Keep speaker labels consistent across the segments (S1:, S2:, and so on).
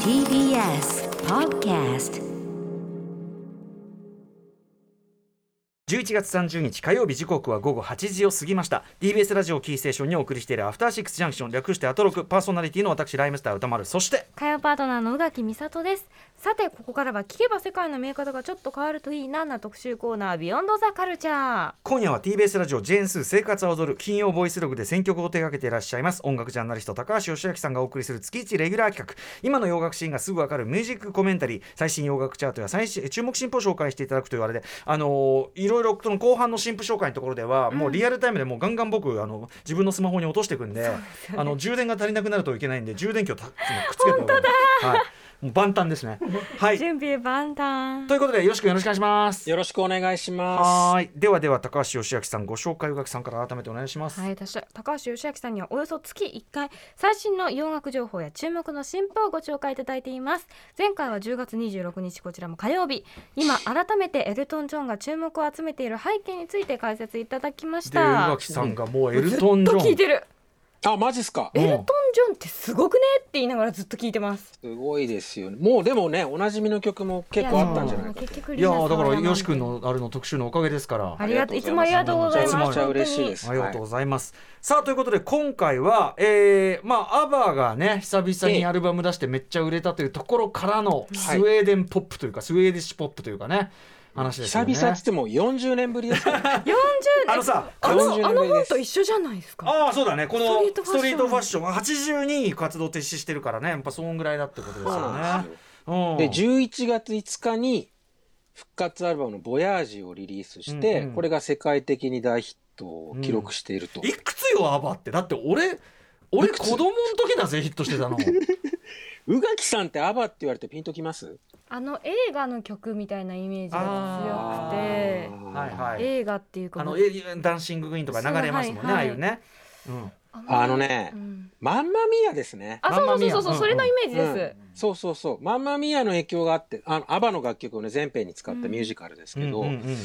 S1: TBS Podcast
S2: 11月30日火曜日時刻は午後8時を過ぎました TBS ラジオキーステーションにお送りしているアフターシックスジャンクション略してアトロクパーソナリティの私ライムスター歌丸そして
S3: 火曜パートナーの宇垣美里ですさてここからは聞けば世界の見え方がちょっと変わるといいなな特集コーナービヨンドザカルチャー
S2: 今夜は TBS ラジオジェーンスー生活を踊る金曜ボイスログで選曲を手掛けていらっしゃいます音楽ジャーナリスト高橋義明さんがお送りする月一レギュラー企画今の洋楽シーンがすぐわかるミュージックコメンタリー最新洋楽チャートや最新注目新譜を紹介していただくというあれであのーいろいろその後半の新譜紹介のところでは、もうリアルタイムでもうガンガン僕あの自分のスマホに落としていくんであの充電が足りなくなるといけないんで充電器をたくっつけて本当だ、はい、もう万端ですね はい
S3: 準備万端
S2: ということでよろしくよろしくお願いします
S4: よろしくお願いしま
S2: はい。ではでは高橋義明さんご紹介宇垣さんから改めてお願いします。
S3: はい、私高橋義明さんにはおよそ月1回最新の洋楽情報や注目の新譜をご紹介いただいています前回は10月26日こちらも火曜日今改めてエルトン・ジョンが注目を集めている背景について解説いただきまし
S2: で
S3: た
S2: 宇垣さんがもうエルトンジ
S3: ず
S2: ョ
S3: っと聞い
S2: ン。
S3: てる
S4: す。あ、マジっすか。
S2: うん
S3: エルトン・ジョンってすごくねって言いながらずっと聞いてます
S4: すごいですよね。もうでもね、おなじみの曲も結構あったんじゃないか
S3: や。結局
S2: いやーだからよし君のあれの特集のおかげですから。
S3: ありがとういつもありがとうございま
S2: い
S3: す
S2: つもありがとうございます
S4: めちゃ嬉しいです。
S2: ありがとう
S4: は
S2: ございます、さあということで今回は、えーまあ、アバーがね久々にアルバム出してめっちゃ売れたというところからのスウェーデンポップというか、スウェーディッシュポップというかね話
S4: い
S2: ですよ
S4: 久
S2: ね。
S4: 々っつっても40年ぶりですからね。
S3: 40年
S2: あのさ
S3: あの
S4: 40
S3: あの
S4: 年ぶりで
S3: 本
S4: す
S3: と一緒じゃないですか
S2: ああそうだねこのス
S3: ス
S2: ト
S3: ト
S2: リ
S3: リ
S2: ー
S3: ー
S2: トフ
S3: トフ
S2: ァ
S3: ァ
S2: ッ
S3: ッ
S2: ション82に活動停止してるからねやっぱそんぐらいだってことです
S4: そう
S2: よ
S4: なん
S2: ね
S4: ですよ。
S2: うん
S4: で11月5日に復活アルバムの「ボヤージをリリースして、
S2: うんうん
S4: これが世界的に大ヒットを記録していると、
S2: いくつよアバってだって俺俺
S4: いくつ
S2: 子供の時だぜヒットして たの
S4: 宇垣さんってアバって言われてピンときます
S3: あの映画の曲みたいなイメージが強くて
S2: はいはい
S3: 映画っていうか
S2: あのえダンシング・グイーンとか流れますもんね、
S3: そうは
S2: ああい
S3: いはい
S2: うね、うん、
S4: あのね
S3: うん
S4: マンマミーアですね
S3: あ
S2: マンマ
S3: そうそ
S2: ミ
S3: う
S2: ア
S3: そうそう
S2: うん
S3: それのイメージです
S4: そうそうそうマンマミーアの影響があってあのアバの楽曲をね全編に使ったミュージカルですけど、
S2: うんうんうん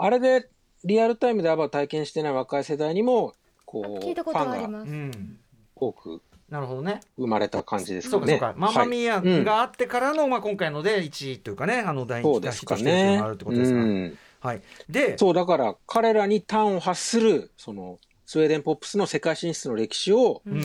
S4: あれでリアルタイムでアバを体験してない若い世代にもこう
S3: 聞いた
S4: フ
S3: ことがあり
S4: ァンが
S3: ます
S2: うん
S4: 多く
S2: なるほどね
S4: 生まれた感じです
S2: そう
S4: よ
S2: かそ
S4: ね
S2: うか、ママ
S4: はい
S2: ミア
S4: うん
S2: があってからの、まあ、今回ので1位というかねあの第
S4: そう
S2: 一
S4: で
S2: 弾
S4: す
S2: ヒット
S4: か
S2: してるっていうの
S4: ね
S2: があるって。ことですから
S4: うん
S2: はい、で
S4: そうだから彼らに端を発するそのスウェーデンポップスの世界進出の歴史を
S2: うん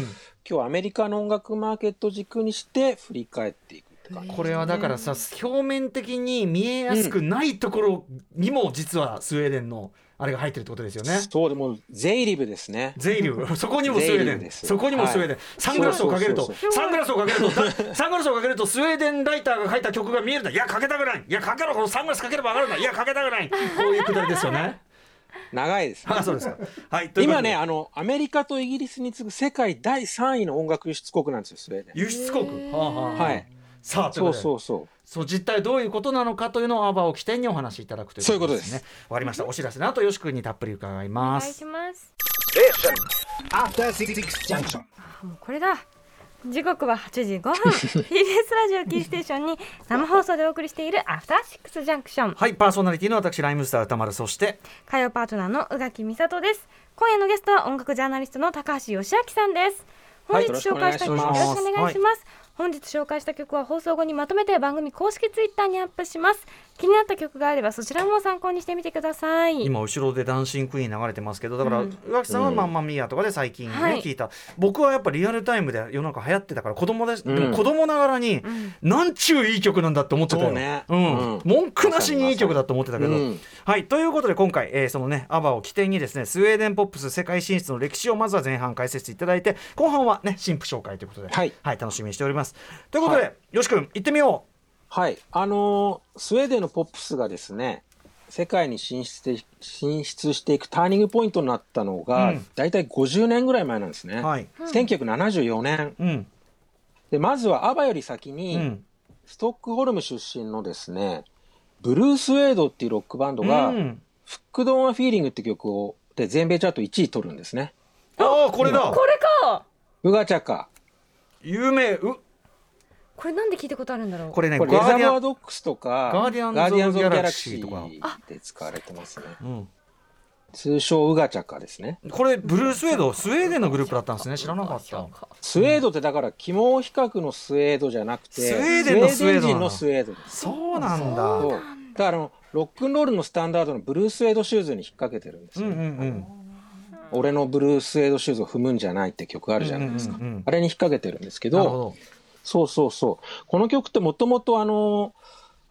S4: 今日アメリカの音楽マーケット軸にして振り返っていくって感じ。
S2: これはだからさ表面的に見えやすくないところにも実はスウェーデンのあれが入ってるってことですよね。
S4: そうでもゼイリブですね。
S2: ゼイリ ュー、そこにもスウェー
S4: ゼイリ
S2: デ
S4: ュー
S2: ン、
S4: です
S2: そこにもスウェーデン、サングラスをかけると
S4: そう、
S2: サングラスをかけると、だサングラスをかけると、スウェーデンライターが書いた曲が見えるんだ、いや、かけたくない、いや、かけろ、このサングラスかければ上がるんだ、いや、かけたくない、こういうくだりですよね。
S4: 長いですね。
S2: あ、そうですか。はい、ということで
S4: 今ね、あの、アメリカとイギリスに次ぐ世界第3位の音楽輸出国なんですよ、スウェーデン。
S2: 輸出国、はあはあはあ
S4: はい。
S2: さあ、というこ
S4: そ
S2: と
S4: う
S2: で
S4: そうそう。
S2: そう実態どういうことなのかというのをアバを起点にお話しいただくという
S4: そういうことです
S2: ね。わかりました。お知らせの後、よし君にたっぷり伺い
S3: お
S2: ま
S3: 願い
S2: す
S3: し。ます
S5: ジャンクション
S3: あもうこれだ時刻は8時5分 TBS ラジオキーステーションに生放送でお送りしているアフターシックスジャンクション
S2: はい、パーソナリティの私、ライムスター歌丸、そして、
S3: 火曜パートナーの宇垣美里です今夜のゲストは音楽ジャーナリストの高橋義明さんです本
S2: はい
S3: 日紹介した曲、
S4: よろ
S3: よ
S4: し
S3: ろ
S2: く
S3: しく
S2: お
S3: お
S2: 願
S3: 願
S2: いし
S3: いします、本日紹介した曲は放送後にまとめて番組公式ツイッターにアップします気になった曲があればそちらも参考にしてみてください
S2: 今後ろで「ダンシングクイーン」流れてますけどだから
S3: うん
S2: 宇垣さんは「マンマミーア」とかで最近ね
S3: はい
S2: 聞いた僕はやっぱリアルタイムで世の中流行ってたから子供ですで
S4: うん
S2: も子供ながらに
S3: ん
S2: なんちゅういい曲なんだって思ってたよ
S4: そうね
S2: うん
S4: うん
S2: 文句なしにいい曲だと思ってたけど
S4: うん
S2: はいということで今回えーそのねアバを起点にですねスウェーデンポップス世界進出の歴史をまずは前半解説いただいて後半はね新婦紹介ということでは
S4: はい
S2: い楽しみにしておりますということでよし君行ってみよ
S4: はい、あのースウェーデンのポップスがですね世界に進出して進出していくターニングポイントになったのが、
S2: うん
S4: 大体50年ぐらい前なんです
S2: う
S4: ね、
S2: はい
S4: 1974年
S2: うん
S4: でまずはアバより先
S2: う
S4: に、
S2: ん
S4: ストックホルム出身のですねブルース・ウェードっていうロックバンドが「
S2: うん
S4: フックドーン・ア・フィーリング」って曲をで全米チャート1位取るんですね
S2: ああこれだ
S3: これか
S4: ウガチャカ
S2: 有名う
S3: これなんで聞いたことあるんだろう
S2: これね
S4: これレ
S2: ガー
S4: ザ
S2: ディアン
S4: バードックスとか
S2: ガーディアンズ
S4: ガーディアンズ・
S2: ギ
S4: オブ・ギ
S2: ャ
S4: ャ
S2: ラ
S4: ラ
S2: ク
S4: ク
S2: シ
S4: シ
S2: ーとか
S4: ーで使われてますね
S2: うん
S4: 通称ウガチャカですね。
S2: これブルースウェードスウェーデンのグループだったんですね知らなかった
S4: スウェードってだから肝比較のスウェードじゃなくて、
S2: スウェーデンのスウェードなの
S4: スウェーデン人のスウェードです。
S2: そうなんだ
S4: そう
S2: う
S4: だからあのロックンロールのスタンダードのブルースウェードシューズに引っ掛けてるんです
S2: んう
S4: よ、
S2: んうん
S4: 俺のブルースウェードシューズを踏むんじゃないって曲あ
S2: あ
S4: るじゃないですか。
S2: うんうんうん
S4: あれに引っ掛けてるんですけ
S2: なる
S4: ど
S2: ほど
S4: そうそうそう。この曲ってもともとあの、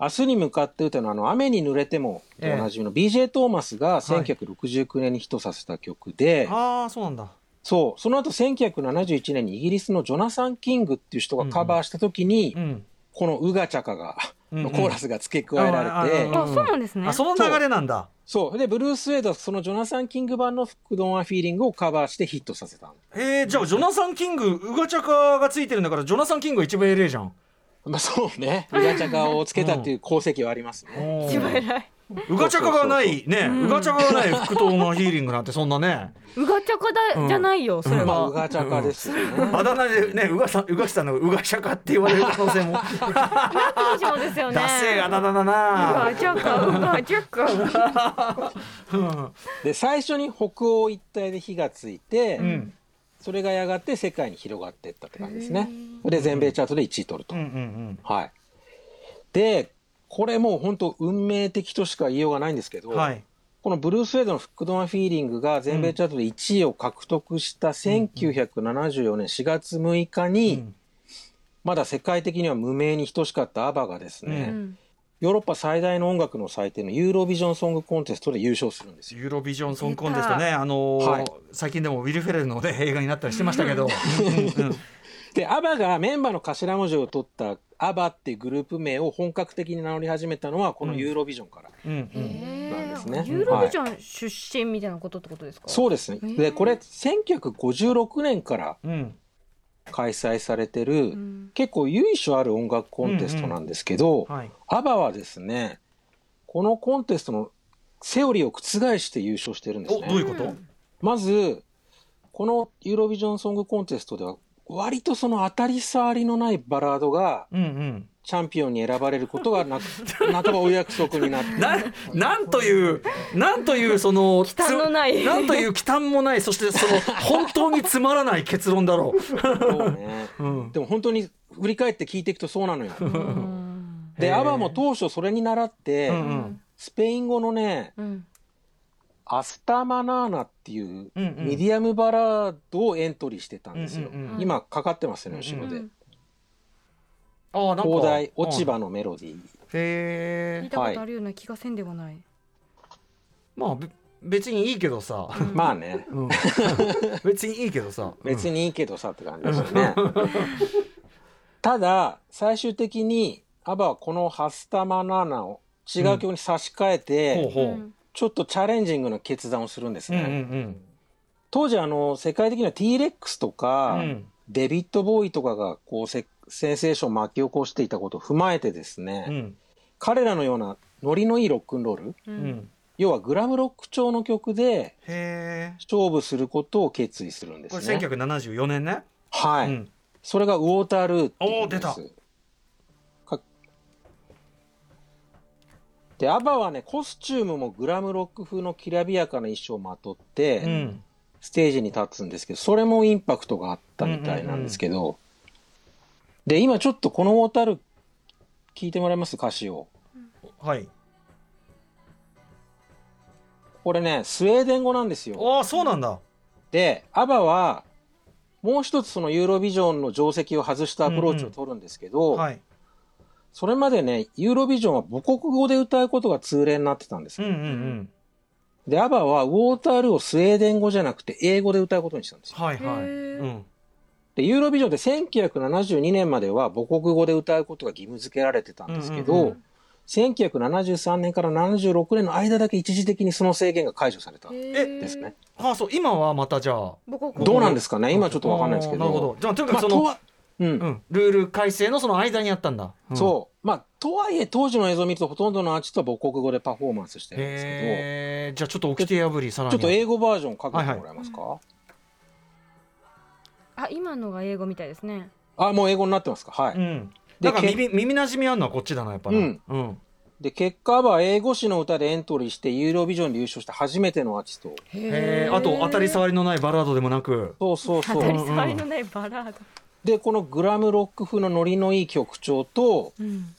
S4: 明日に向かって歌のあの、雨に濡れてもでおなじみの BJ トーマスが1969年にヒットさせた曲で、
S2: ああそうなんだ
S4: そう、その後1971年にイギリスのジョナサン・キングっていう人がカバーした時に、
S2: うん
S4: このウガチャカが、
S2: うんうん
S4: のコーラスが付け加えられて、
S2: うん
S3: あそうなんですね
S2: あその流れなんだ
S4: そう。で、ブルース・ウェードはそのジョナサン・キング版のフックドン・ア・フィーリングをカバーしてヒットさせたの。
S2: えー、じゃあジョナサン・キングウガチャカがついてるんだからジョナサン・キングが一番偉いじゃん
S4: まあそうね。ウガチャカをつけたっていう功績はありますね。
S3: 一番偉い
S2: ウガチャカがないね
S3: うん
S2: ウガチャカがない福島のヒーリングなんてそんなね
S3: うがちゃこだじゃないよそれ
S4: まあ、ウ
S3: は
S4: ガチャカですよね。
S2: あだ名でねうがさうがきさんのうがチャカって言われる可能性も
S3: そうしようですよね
S2: ダセえあだ名だ
S3: う
S2: な
S3: がちゃかうがちゃか
S2: うん
S4: で最初に北欧一帯で火がついて、
S2: うん
S4: それがやがて世界に広がっていったって感じですね。で全米チャートで1位取ると。
S2: うんうん
S4: はい、でこれもう本当運命的としか言いようがないんですけど、
S2: うんはい
S4: このブルース・ウェードの「フックドン・フィーリング」が全米チャートで1位を獲得した1974年4月6日に、
S2: うん
S4: まだ世界的には無名に等しかったアバがですね、
S3: うん
S4: ヨーロッパ最大の音楽の祭典のユーロビジョン・ソング・コンテストで優勝するんですよ
S2: ユーロビジョンソングコンテストね、あのー
S4: はい
S2: 最近でもウィル・フェレルの、ね、映画になったりしてましたけど、うんうん
S4: で、アバがメンバーの頭文字を取ったアバっていうグループ名を本格的に名乗り始めたのはこのユーロビジョンから。
S2: うんうん
S3: へ
S4: なんです
S3: え
S4: ね
S3: ユーロビジョン出身みたいなことってことですか
S4: そうですね。
S3: へー
S4: で、これ1956年から
S2: うん
S4: 開催されて
S3: う
S4: る
S3: ん
S4: 結構由緒ある音楽コンテストなんですけど、
S2: はい、
S4: アバはですね、このコンテストのセオリーを覆して優勝してるんです
S2: おどうい
S4: ね。
S2: うこと、
S3: うん
S4: まず、このユーロビジョンソングコンテストでは割とその当たり障りのないバラードが
S2: うんうん、
S4: チャンピオンに選ばれることがなく半ばお約束になって
S2: ななんというなんというその
S3: 忌憚のない
S2: つなんという忌憚もないそしてその本当につまらない結論だろ
S4: そうね
S2: う。うん
S4: でも本当に振り返って聞いていくとそうなの よ。
S3: うん
S2: へ
S4: で、
S2: ー
S4: アバも当初それに習って、
S2: うんうん
S4: スペイン語のね、
S3: うん
S4: アスタマナーナっていう
S2: うんうん
S4: ミディアムバラードをエントリーしてたんですよ。
S2: うんうん
S3: うん
S4: 今かかってますよね、後
S2: う
S4: ろ
S2: ん
S4: で。
S2: あーなんか
S4: 広大落ち
S2: うん
S4: 葉のメロディー。
S3: 聞い
S2: へえ
S3: たことあるような気がせんでもない、
S2: まあべ別にいいけどさ、
S4: まあね、
S2: うん別にいいけどさ
S4: 別
S2: に
S4: にいいけどさって感じですよね。ただ、最終的にアバはこのハスタマナーナを違う曲に差し替えて、
S2: ほうほう、
S3: うん
S4: ちょっとチャレンジングな決断をするんです
S2: うん
S4: ね。
S2: うんうん
S4: 当時あの世界的には T-Rex とか、
S2: うん
S4: デビッド・ボーイとかがこうセセンセーションを巻き起こしていたことを踏まえてですね、
S2: うん
S4: 彼らのようなノリのいいロックンロール
S3: う
S2: うんん
S4: 要はグラムロック調の曲で
S2: へえ
S4: 勝負することを決意するんで
S2: これ
S4: すね。
S2: 1974年ね、
S4: はい、
S2: うん
S4: それがウォータールーっていうんです
S2: おー
S4: かでアバはねコスチュームもグラムロック風のきらびやかな衣装をまとって、
S2: うん
S4: ステージに立つんですけど、それもインパクトがあったみたいなんですけど、で、今ちょっとこのウォータール聞いてもらえます歌詞を。
S2: はい
S4: これね、スウェーデン語なんですよ。
S2: ああそうなんだ
S4: で、アバは、もう一つそのユーロビジョンの定石を外したアプローチを取るんですけど、
S2: はい
S4: それまでね、ユーロビジョンは母国語で歌うことが通例になってたんです
S2: うん
S4: よ。
S2: うんうん
S4: で、アバはウォータールをスウェーデン語じゃなくて英語で歌うことにしたんですよ。
S2: はいはい
S3: へー
S2: うん
S4: で、ユーロビジョンで1972年までは母国語で歌うことが義務付けられてたんですけど、
S2: うん
S3: うんうん
S4: 1973年から76年の間だけ一時的にその制限が解除されたん
S3: え
S4: ですね。
S2: ああそう今はまたじゃあ
S4: どうなんですすかね今ちょっとわかんないですけど。
S2: あーなるほどじゃあとにか
S4: ま
S2: くそ
S4: あ、と
S2: の、
S4: は、うん。
S2: うん、ルール改正のその間にやったんだ、うん
S4: そう。まあ、とはいえ当時の映像を見るとほとんどのアーティストは母国語でパフォーマンスしてるんですけ
S2: へえじゃあちょっと掟破りさら
S4: ど、
S2: に
S4: ちょっと英語バージョンかけてもらえますか、
S3: あ今のが英語みたいですね
S4: あ、もう英語になってますかはい。
S2: うん
S4: で
S2: なんか
S4: け
S2: 耳耳なじみあるのはこっちだなやっぱり、
S4: うん
S2: うん
S4: で、結果は英語詞の歌でエントリーして、ユーロビジョンで優勝した初めてのアーティスト。
S2: えー、あと当たり
S3: り
S2: 障りのないバラードでもなく
S4: そうそうそ
S3: 当たり
S4: う。
S3: 障りのないバラード、
S4: で、このグラムロック風のノリのいい曲調と、
S3: うん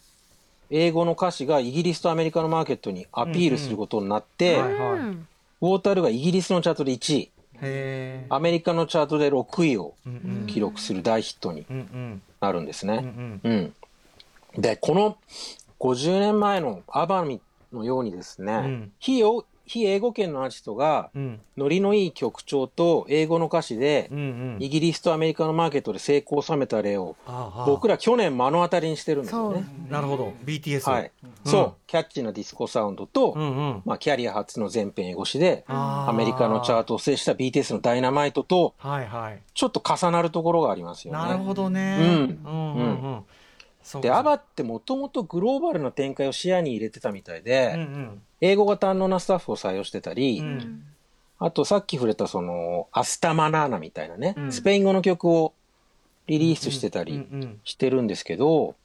S4: 英語の歌詞がイギリスとアメリカのマーケットにアピールすることになって、
S2: うんうんはいはい
S3: うん
S4: ウォータールーがイギリスのチャートで1位、
S2: へー
S4: アメリカのチャートで6位を
S2: うんうん
S4: 記録する大ヒットに
S2: うんうん
S4: なるんです
S2: うんう
S4: ね。
S2: ん
S4: うん。で、この50年前のアバミのようにですね、
S2: ん
S4: 非お非英語圏のアーティストが
S2: うん
S4: ノリのいい曲調と英語の歌詞で
S2: うんうん
S4: イギリスとアメリカのマーケットで成功を収めた例を僕
S2: ら
S4: ら去年目の当たりにしてるんですよね。
S2: なるほど BTS
S4: はい、そうキャッチーなディスコサウンドと、
S2: うんうん
S4: まあ、キャリア初の全編英語詞で
S2: あー
S4: アメリカのチャートを制した BTS の「ダイナマイト」と
S2: はいはい
S4: ちょっと重なるところがありますよ
S2: なる
S4: ね。
S2: ほどね
S4: うん
S2: うんうんうんそうか
S4: でアバってもともとグローバルな展開を視野に入れてたみたいで、
S2: うんうん
S4: 英語が堪能なスタッフを採用してたり、
S2: うん
S4: あとさっき触れたそのアスタマナーナみたいなね、
S2: うん
S4: スペイン語の曲をリリースしてたり、
S2: うんうん
S4: してるんですけど、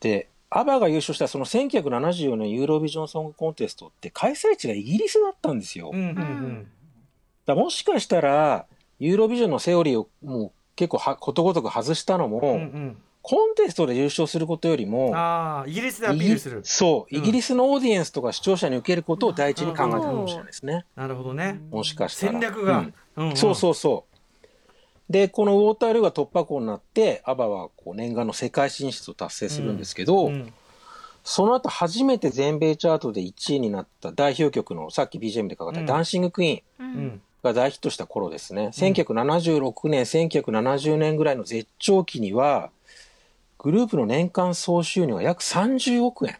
S4: で、アバが優勝したその1974年ユーロビジョンソングコンテストって開催地がイギリスだったんですよ。
S2: うんうんうん
S4: だもしかしたら、ユーロビジョンのセオリーをもう結構はことごとく外したのも、
S2: うんうん
S4: コンテストで優勝することよりも、
S2: ああイギリスでア
S4: イ
S2: ピ
S4: ギ
S2: ー
S4: リ
S2: ルする
S4: そう、
S2: うん
S4: イギリスのオーディエンスとか視聴者に受けることを第一に考えたかもしれないですね。
S2: なるほどね
S4: もしかしたら。
S2: 戦略
S4: う
S2: が
S4: んそうそうそう。で、このウォータールーが突破口になって、アバはこう念願の世界進出を達成するんですけど、
S2: うんうん
S4: その後初めて全米チャートで1位になった代表曲のさっき BGM でかかった
S2: うん
S4: ダンシングクイー
S2: う
S3: う
S4: ン
S2: んん
S4: が大ヒットした頃ですね。1976年、1970年ぐらいの絶頂期には、グループの年間総収入が約30億円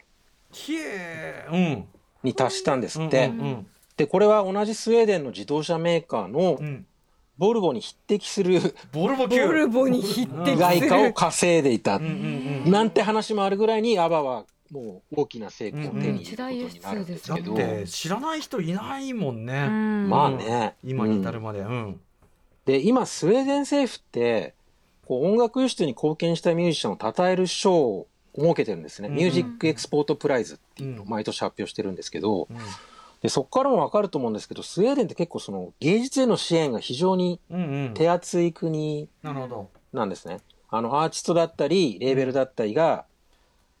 S2: ひえうん
S4: に達したんです
S2: うん
S4: って。
S2: うん
S4: で、これは同じスウェーデンの自動車メーカーの
S2: うんうん
S4: ボルボに匹敵する
S2: ボルボ級
S3: ボルボに匹敵
S2: うん
S4: 外貨を稼いでいた
S2: うんうんうん
S4: なんて話もあるぐらいにアバはもう大きな成功を手に入れることになるんです
S2: だっ
S4: けど、
S2: て知らない人いないもん
S3: う
S2: ね
S3: ん
S4: まあね、
S2: 今に至るまでうん
S4: で今スウェーデン政府ってこう音楽輸出に貢献したミュージシャンを称える賞を設けてるんですね、
S2: うん
S4: ミュージックエクスポートプライズっていうの
S2: う
S4: を
S2: ん
S4: 毎年発表してるんですけど
S2: うん
S4: でそこからも分かると思うんですけどスウェーデンって結構その芸術への支援が非常に
S2: うんうん
S4: 手厚い国
S2: なるほど
S4: なんですね。あのアーティストだったりレーベルだったりが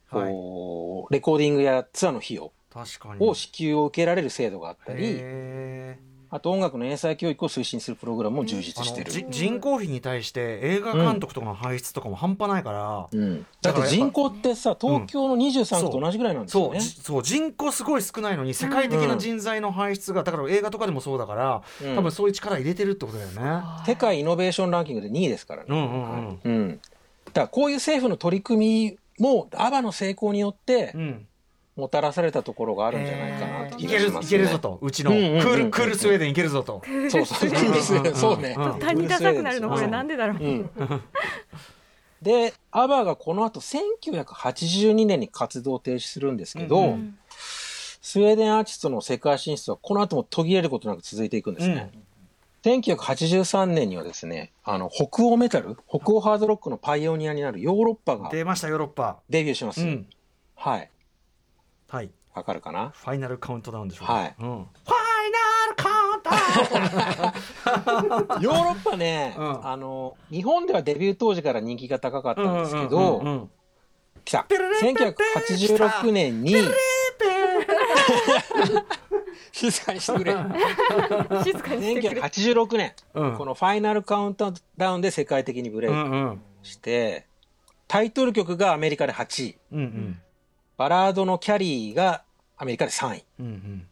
S2: はい
S4: こうレコーディングやツアーの費用
S2: 確かに
S4: を支給を受けられる制度があったり、
S2: へー
S4: あと音楽の英才教育を推進するプログラムも充
S2: あ
S4: 実
S2: の
S4: してる。
S2: じ人口比に対して映画監督とかの排出とかも半端ないから、
S4: うん、だ
S2: だ
S4: っ
S2: から
S4: て人口ってさ、東京の23区と同じぐらいなんです
S2: そ
S4: よ
S2: う
S4: ね。
S2: じそう人口すごい少ないのに世界的な人材の排出が、だから映画とかでもそうだから
S4: うん
S2: 多分そういう力入れてるってことだよね。
S4: 世界イノベーションランキングで2位ですから
S2: う
S4: ね。
S2: んうんうん
S4: うん、だからこういう政府の取り組みもアバの成功によって
S2: うん
S4: もたらされたところがあるんじゃないかなって
S2: い
S4: 気
S2: ける
S4: がし
S2: ぞ
S4: ま
S2: い
S4: す
S2: け
S4: ね。
S2: るぞとうちのク
S4: うんうんうん
S2: ールクールスウェーデンいけるぞと。
S4: そう そう
S2: うんうんうん
S4: そうね。
S2: うん
S3: 他にダサくなるのこれ
S2: うん
S3: なんでだろう
S4: うん、でアバがこの後1982年に活動を停止するんですけど、
S2: うん
S3: うん
S4: スウェーデンアーティストの世界進出はこの後も途切れることなく続いていくんですね。1983年にはですね、あの、北欧メタル、北欧ハードロックのパイオニアになるヨーロッパが
S2: 出ましたヨーロッパ。
S4: デビューします。
S2: うん
S4: はい。
S2: はい
S4: わかるかな
S2: ファイナルカウントダウンでしょう。
S4: はい
S2: うんファイナルカウントダウン。
S4: ヨーロッパね、
S2: うん
S4: あの、日本ではデビュー当時から人気が高か ったんですけ
S2: うんうんう
S4: ど、
S2: んうん
S4: 来た
S2: ピルルルルル
S4: 1986年に、静かにしてくれ。
S3: 静かにしてくれ
S4: 1986年、
S2: うん
S4: このファイナルカウントダウンで世界的にブレイ
S2: う
S4: ク
S2: んうん
S4: して、タイトル曲がアメリカで8位、
S2: うんうん
S4: バラードのキャリーがアメリカで3位
S2: うんうん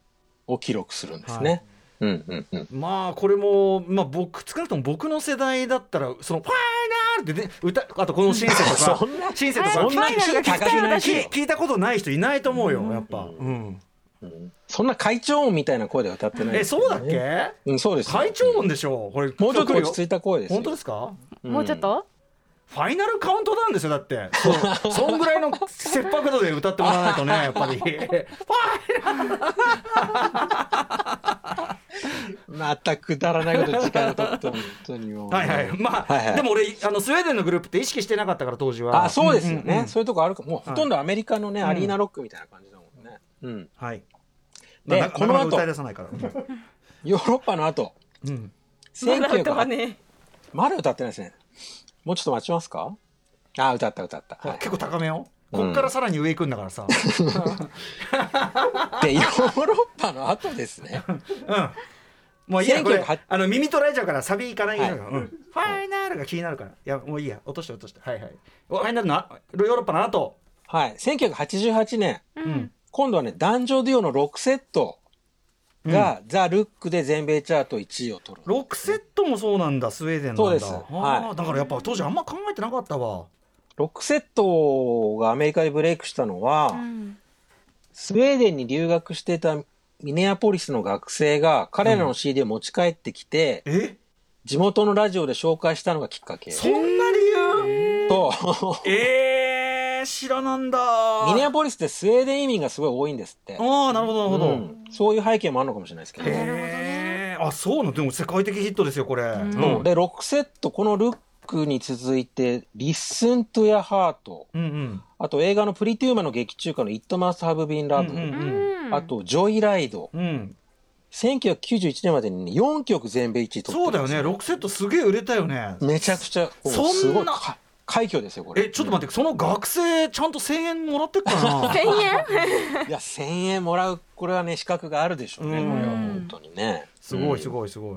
S4: を記録するんですね。うんうんうん。
S2: まあこれも、まあ、僕少なくとも僕の世代だったらその「ファイナル!」ってね歌あとこのシンセとか
S4: そんな、
S2: シンセとか
S4: そんな
S2: 聞いた
S4: 聞いたことない
S2: 聞い聞いたことない人いないと思うよやっぱ、うん
S4: うんそんな会長音みたいな声で歌ってない
S2: え
S4: ですよ
S2: そうだっ
S4: ね
S2: け
S4: うん、そうですよ。
S2: 会長音でしょこれ
S4: もうちょっと落ち着いた声ですよ。
S2: 本当ですか
S4: うん
S3: もうちょっと
S2: ファイナルカウントダウンですよだってそう そんぐらいの切迫度で歌ってもらわないとねやっぱりフ ァイ
S4: またくだらないこと時間を取って、本当に もう。
S2: はいはいまあ、
S4: はいはい
S2: でも俺あのスウェーデンのグループって意識してなかったから当時は
S4: あ、そうですよね。
S2: んんん
S4: そういうとこあるかも。うほとんどアメリカのね、
S2: うん
S4: アリーナロックみたいな感じだもんね。うん、
S2: はい。
S4: で
S2: な
S4: この
S2: なかなか
S4: 後
S2: 歌い出さない から。
S4: ヨーロッパの後
S2: うん。
S3: まだ歌わ
S4: 1900
S3: ね
S4: まだ歌ってないですねもうちょっと待ちますかあ歌った歌った、
S2: ほら
S4: はい
S2: 結構高めよ。
S4: うん
S2: こっからさらに上行くんだからさ。
S4: でヨーロッパの後ですね
S2: うん。もういいや、これ
S4: 1908、
S2: あの耳取られちゃうから、サビ行かないよ
S4: はい
S2: うん。ファイナルが気になるから。いや、もういいや、落として落として。はいはい。おファイナルのあヨーロッパの後。
S4: はい1988年
S3: え。
S2: う
S3: うん。。
S4: 今度はね男女デュオの6セットが、ザ・ルックで全米チャート1位を取る
S2: ロックセットもそうなんだ、スウェーデンなんだ。
S4: そうです
S2: あー
S4: はい
S2: だからやっぱ当時あんま考えてなかったわ。
S4: 6セットがアメリカでブレイクしたのは、
S3: うん。
S4: スウェーデンに留学してたミネアポリスの学生が彼らの CD を持ち帰ってきて、
S2: え
S4: 地元のラジオで紹介したのがきっかけ
S2: そんな理由
S4: と
S2: えー、知らなんだ。
S4: ミネアポリスってスウェーデン移民がすごい多いんですって、
S2: ああ、なるほど、なるほど。
S4: うんそういう背景もあるのかもしれないですけど、
S3: へえ
S2: へーあそうなのでも世界的ヒットですよこれ、うん
S4: うんで6セットこのルックに続いて「Listen to Your Heart
S2: うんうん」
S4: あと映画の「プリティウマ」の劇中歌の「It Must Have Been
S2: う
S4: Love
S2: んう」
S3: うんん。
S4: あ。と「ジョイライド
S2: うんうん」
S4: 1991年までに4曲全米1位取
S2: そ
S4: っ
S2: う
S4: て
S2: だ
S4: るん
S2: よね
S4: です
S2: 6セットすげえ売れたよね
S4: めちゃくちゃこう
S2: そんな
S4: すごいか快挙ですよこれ
S2: えちょっと待
S4: っ
S2: ってその学生ちゃんと1000円もらってっか な
S3: 千円。
S4: て、いや1000円もらうこれはね資格があるでしょうね、
S2: うん
S4: これは本当にね
S2: すごいす
S4: い、
S2: ごいすごい、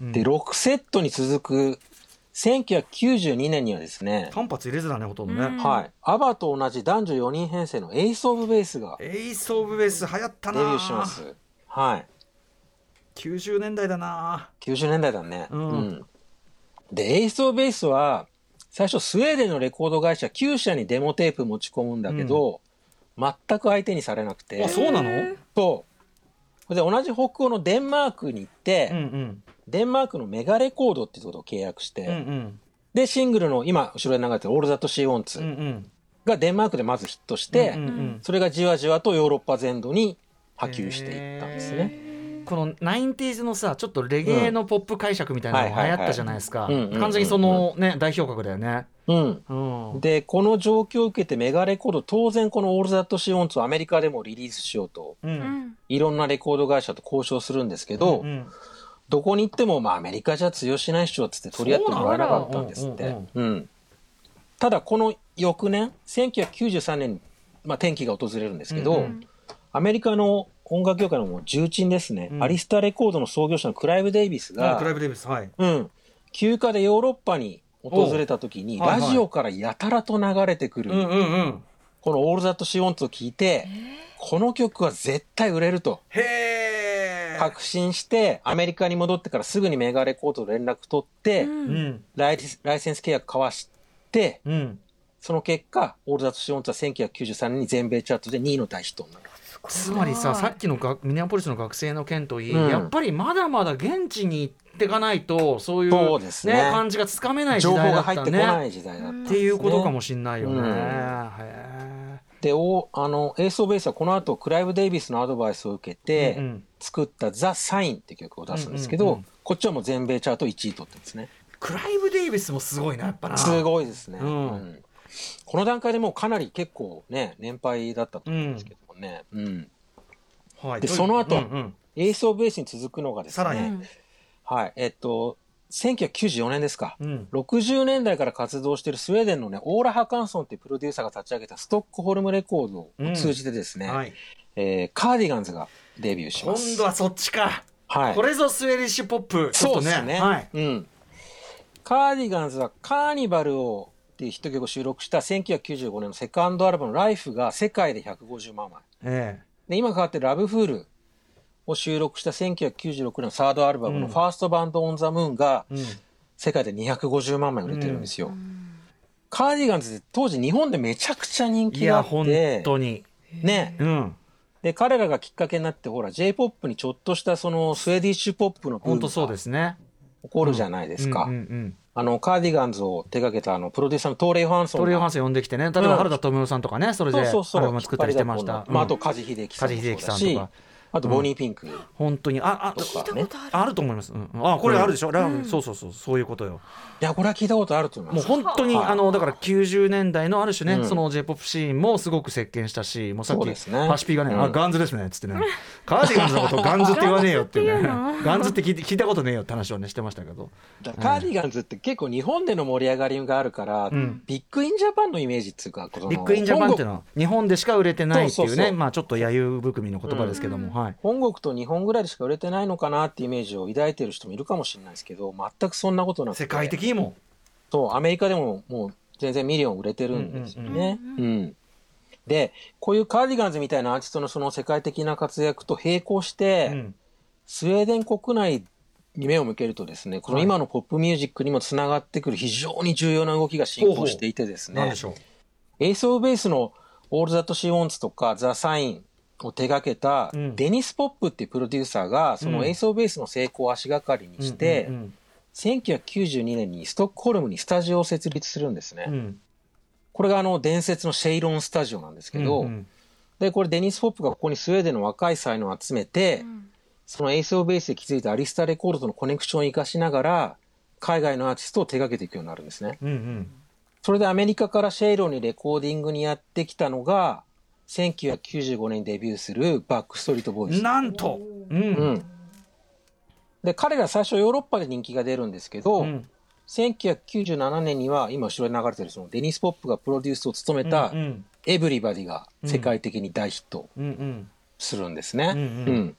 S4: うんで6セットに続く1992年にはですね、
S2: 単発入れずだねほとんどね、
S3: うん
S4: はいアバと同じ男女4人編成のエイス・オブ・ベースが
S2: エイス・オブ・ベース流行った
S4: デ
S2: な
S4: ビューしますはい
S2: 90年代だな
S4: 90年代だね、
S2: うん
S4: でエイス・オブ・ベースは最初スウェーデンのレコード会社9社にデモテープ持ち込むんだけど、全く相手にされなくて
S2: あそうなの、
S3: うん
S4: そう。それで同じ北欧のデンマークに行って、
S2: うんうん
S4: デンマークのメガレコードっていうところと契約し
S2: う
S4: て、
S2: んうん
S4: でシングルの今後ろで流れてる「オール・ザ・ト・シー・オン
S2: うんう
S4: ツ
S2: ん」
S4: がデンマークでまずヒットして、
S2: うんうん
S4: それがじわじわとヨーロッパ全土に波及していったんですね。
S2: この 90s のさちょっとレゲエのポップ解釈みたいなのが流行ったじゃないですか
S4: はいはいはいうん
S2: 完全にそのね代表格だよね
S4: うん、
S2: うん
S4: でこの状況を受けてメガレコード当然この「オール・ザ・ト・シー・オンツ」をアメリカでもリリースしようと
S2: う
S3: うんん。
S4: いろんなレコード会社と交渉するんですけど、
S2: うん
S4: どこに行っても、まあ、アメリカじゃ通用しないっしょっつって取り合ってもらえなかったんですっ
S2: そう
S4: て
S2: なの。
S4: うんただこの翌年1993年に、まあ、転機が訪れるんですけど、
S2: うん
S3: うん
S4: アメリカの音楽業界のもう重鎮ですね、
S2: うん
S4: アリスターレコードの創業者のクライブ・デイビス
S2: あ
S4: が
S2: クライ、ブ・デイビスはい
S4: うん、休暇でヨーロッパに訪れた時に
S2: おうはい
S4: ラ
S2: はい
S4: ジオからやたらと流れてくる、
S2: うんうん
S4: この「オール・ザット・シオン」と聞いて、この曲は絶対売れると
S2: へえ
S4: 確信してアメリカに戻ってからすぐにメガレコードと連絡取って、
S3: う。
S2: うんん
S4: ライセンライセンス契約交わして、
S2: うん
S4: その結果、オールザットシオンツは1993年に全米チャートで2位の大ヒットになる。
S2: つまりささっきのがミネアポリスの学生の件といい、
S4: うん
S2: やっぱりまだまだ現地に行ってかないとそういう
S4: そうですね
S2: 感じがつかめない時
S4: 情報
S2: 代だ
S4: が
S2: ったね
S4: 入ってこない時代だったん
S2: っ
S4: ですね、
S2: ていうことかもしれないよね、
S4: うん
S2: へ
S4: で、おあのエース・オブ・エースはこの後、クライブ・デイビスのアドバイスを受け
S2: え
S4: て、
S2: うんうん
S4: 作ったザ・サインって曲を出すんですけど、
S2: うんうんうん
S4: こっちはもう全米チャート1位取ってるんですね。
S2: クライブ・デイビスもすごいなやっぱな
S4: すごいですね、
S2: うん
S4: うんこの段階でもうかなり結構ね、年配だったと思うんですけどもね。うん
S2: はい、
S4: で
S2: という
S4: その後
S2: うんうん
S4: エース・オブ・エースに続くのがですね、
S2: さら
S3: う
S2: に
S3: ん
S4: はい、えっと、1994年ですか。
S2: うん
S4: 60年代から活動しているスウェーデンのね、オーラ・ハカンソンっていうプロデューサーが立ち上げたストックホルムレコードを通じてですね、
S2: はい、
S4: えーカーディガンズがデビューしま
S2: 今
S4: す。
S2: 度はそっちか、
S4: はい。
S2: これぞスウェーディッシュポップちょっ
S4: そ
S2: と
S4: うですね。
S2: はい、
S4: うん。カーディガンズはカーニバルをっていうヒット曲を収録した1995年のセカンドアルバムライフが世界で150万枚。
S2: え
S4: で、今変わってるラブフールを収録した1996年のサードアルバムの
S2: うん
S4: ファーストバンドオンザムーンが
S2: えうん
S4: 世界で250万枚売れてるんですよ。
S3: うん
S4: カーディガンズって当時日本でめちゃくちゃ人
S2: い
S4: 気が
S2: や
S4: あって
S2: 本当に
S4: ね
S2: うん
S4: で彼らがきっかけになってほら J−POP にちょっとしたそのスウェーディッシュポップのブー
S2: 本当
S4: ム
S2: そうで
S4: が
S2: すね
S4: 起こるじゃないですか、
S2: うんうんうん
S4: あのカーディガンズを手掛けたあのプロデューサーのトーレイ・ファンソン
S2: トリオハン
S4: が
S2: ス呼んできてね例えば原田知世さんとかねそれで
S4: そうそうそう
S2: アルバム作ったりしてました
S4: 引っ張りだこのまあ、あ
S2: うん
S4: と梶秀樹さん
S2: 梶
S4: も
S2: 秀
S4: そう
S2: 樹さ
S4: だ
S2: ん
S4: し
S2: とか
S4: あとボニーピンク、
S2: 本当にああ
S4: と
S3: 聞い
S4: か
S3: た
S4: ね
S3: こ。とある
S2: あると思います、うん、あこれあるでしょ、ラ
S3: うん
S2: そうそうそうそういうことよ
S4: いやこれは聞いたことあると思
S2: も
S4: いま
S2: う
S4: す。
S2: 本当に
S4: はい
S2: あのだから90年代のある種ね、
S4: うん
S2: その j p o p シーンもすごく席巻したしもうさっ
S4: そう
S2: き、
S4: ですね
S2: パシピがね、
S4: うん
S2: あガンズですねっつってねカーディガンズのことをガンズって言わねえよっていうねガンズって聞いて聞いたことねえよって話をねしてましたけど
S4: だカーディガンズって結構日本での盛り上がりがあるから、
S2: ん
S4: ビッグインジャパンのイメージっていうかこの
S2: ビッグインジャパンっていうのは日本でしか売れてないっていうね
S4: そうそうそう
S2: まあちょっと揶揄含みの言葉ですけども、
S3: うん
S2: はい
S4: 本国と日本ぐらいでしか売れてないのかなってイメージを抱いてる人もいるかもしれないですけど全くそんなことなくて
S2: 世界的にも
S4: そうアメリカでももう全然ミリオン売れてるんですよね。
S3: うん
S4: うんでこういうカーディガンズみたいなアーティストのその世界的な活躍と並行して、
S2: うん
S4: スウェーデン国内に目を向けるとですねこの
S2: はい
S4: 今のポップミュージックにもつながってくる非常に重要な動きが進行していてです
S2: なん
S4: ね
S2: でしょう
S4: エイス・オブ・ベースの「オール・ザット・シー・ウォンツ」とか「ザ・サイン」を手掛けた
S2: うん
S4: デニス・ポップっていうプロデューサーがそ
S2: うん
S4: のエイス・オブ・ベースの成功を足がかりにして、
S2: うんうん
S4: 1992年にストックホルムにスタジオを設立するんですね。
S2: うんうん
S4: これがあの伝説のシェイロンスタジオなんですけど、
S2: うんうん
S4: でこれデニス・ポップがここにスウェーデンの若い才能を集めて、
S3: うん
S4: そのエイス・オブ・ベースで築いたアリスターレコードとのコネクションを生かしながら海外のアーティストを手掛けていくようになるんですね。
S2: うんうん
S4: それでアメリカからシェイロンにレコーディングにやってきたのが1995年にデビューするバックストリート・ボーイズ。
S2: なんと、うん
S4: うん、で彼ら最初ヨーロッパで人気が出るんですけど、
S2: うん
S4: 1997年には今後ろに流れてるそのデニス・ポップがプロデュースを務めた
S2: うんうん
S4: 「エブリバディ」が世界的に大ヒット
S2: うんうん
S4: するんですね。
S2: うんうん
S4: うん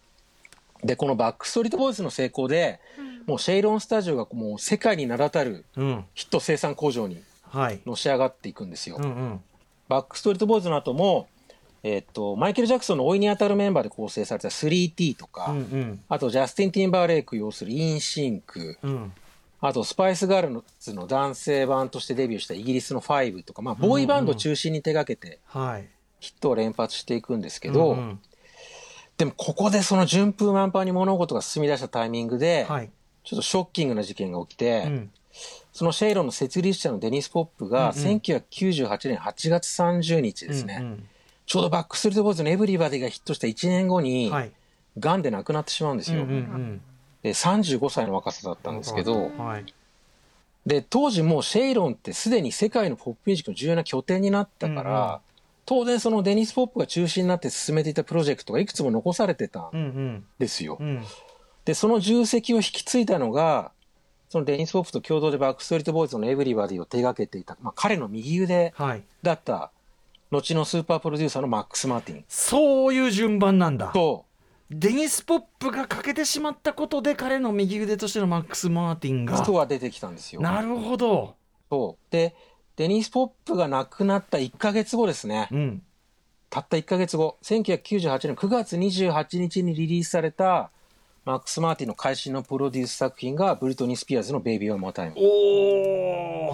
S4: でこのバックストリート・ボーイズの成功で
S3: うん
S4: もうシェイロン・スタジオがもう世界に名だたる
S2: うん
S4: ヒット生産工場に
S2: はい
S4: のし上がっていくんですよ。
S2: うんうん
S4: バックストリート・ボーイズの後も、えっとマイケル・ジャクソンの老いにあたるメンバーで構成された 3T とか、
S2: うんうん
S4: あとジャスティン・ティンバーレイク擁するインシンク
S2: うん
S4: あとスパイス・ガールズの男性版としてデビューしたイギリスの5とか、まあ、ボーイバンドを中心に手掛けて
S2: はい
S4: ヒットを連発していくんですけど、
S2: うんうん
S4: でもここでその順風満帆に物事が進み出したタイミングで、
S2: はい
S4: ちょっとショッキングな事件が起きて、
S2: うん
S4: そのシェイロンの設立者のデニス・ポップ
S2: うん
S4: が
S2: うん
S4: 1998年8月30日ですね、
S2: うん
S4: ちょうどバックストリート・ボーイズの「エブリバディ」がヒットした1年後
S2: うん
S4: に、
S2: はい
S4: ガンで亡くなってしまうんですよ、
S2: うんうん
S4: で35歳の若さだったんですけど、
S2: うんはい
S4: で当時もうシェイロンってすでに世界のポップミュージックの重要な拠点になったから、
S2: うんうん
S4: 当然そのデニス・ポップが中心になって進めていたプロジェクトがいくつも残されてたん
S2: うん
S4: ですよ。
S2: うんうん
S4: でその重責を引き継いだのがそのデニス・ポップと共同でバックストリート・ボーイズの「エブリバディ」を手掛けていた、まあ、彼の右腕
S2: はい
S4: だった後のスーパープロデューサーのマックス・マーティン
S2: そういう順番なんだ
S4: と
S2: デニス・ポップが欠けてしまったことで彼の右腕としてのマックス・マーティンが
S4: 人が出てきたんですよ。
S2: なるほど
S4: そうでデニス・ポップが亡くなった1か月後ですね。
S2: うん
S4: たった1ヶ月後、1998年9月28日にリリースされた、マックス・マーティンの会心のプロデュース作品が、ブリトニー・スピアーズのベイビー・ワン・モー・タイム。
S2: おー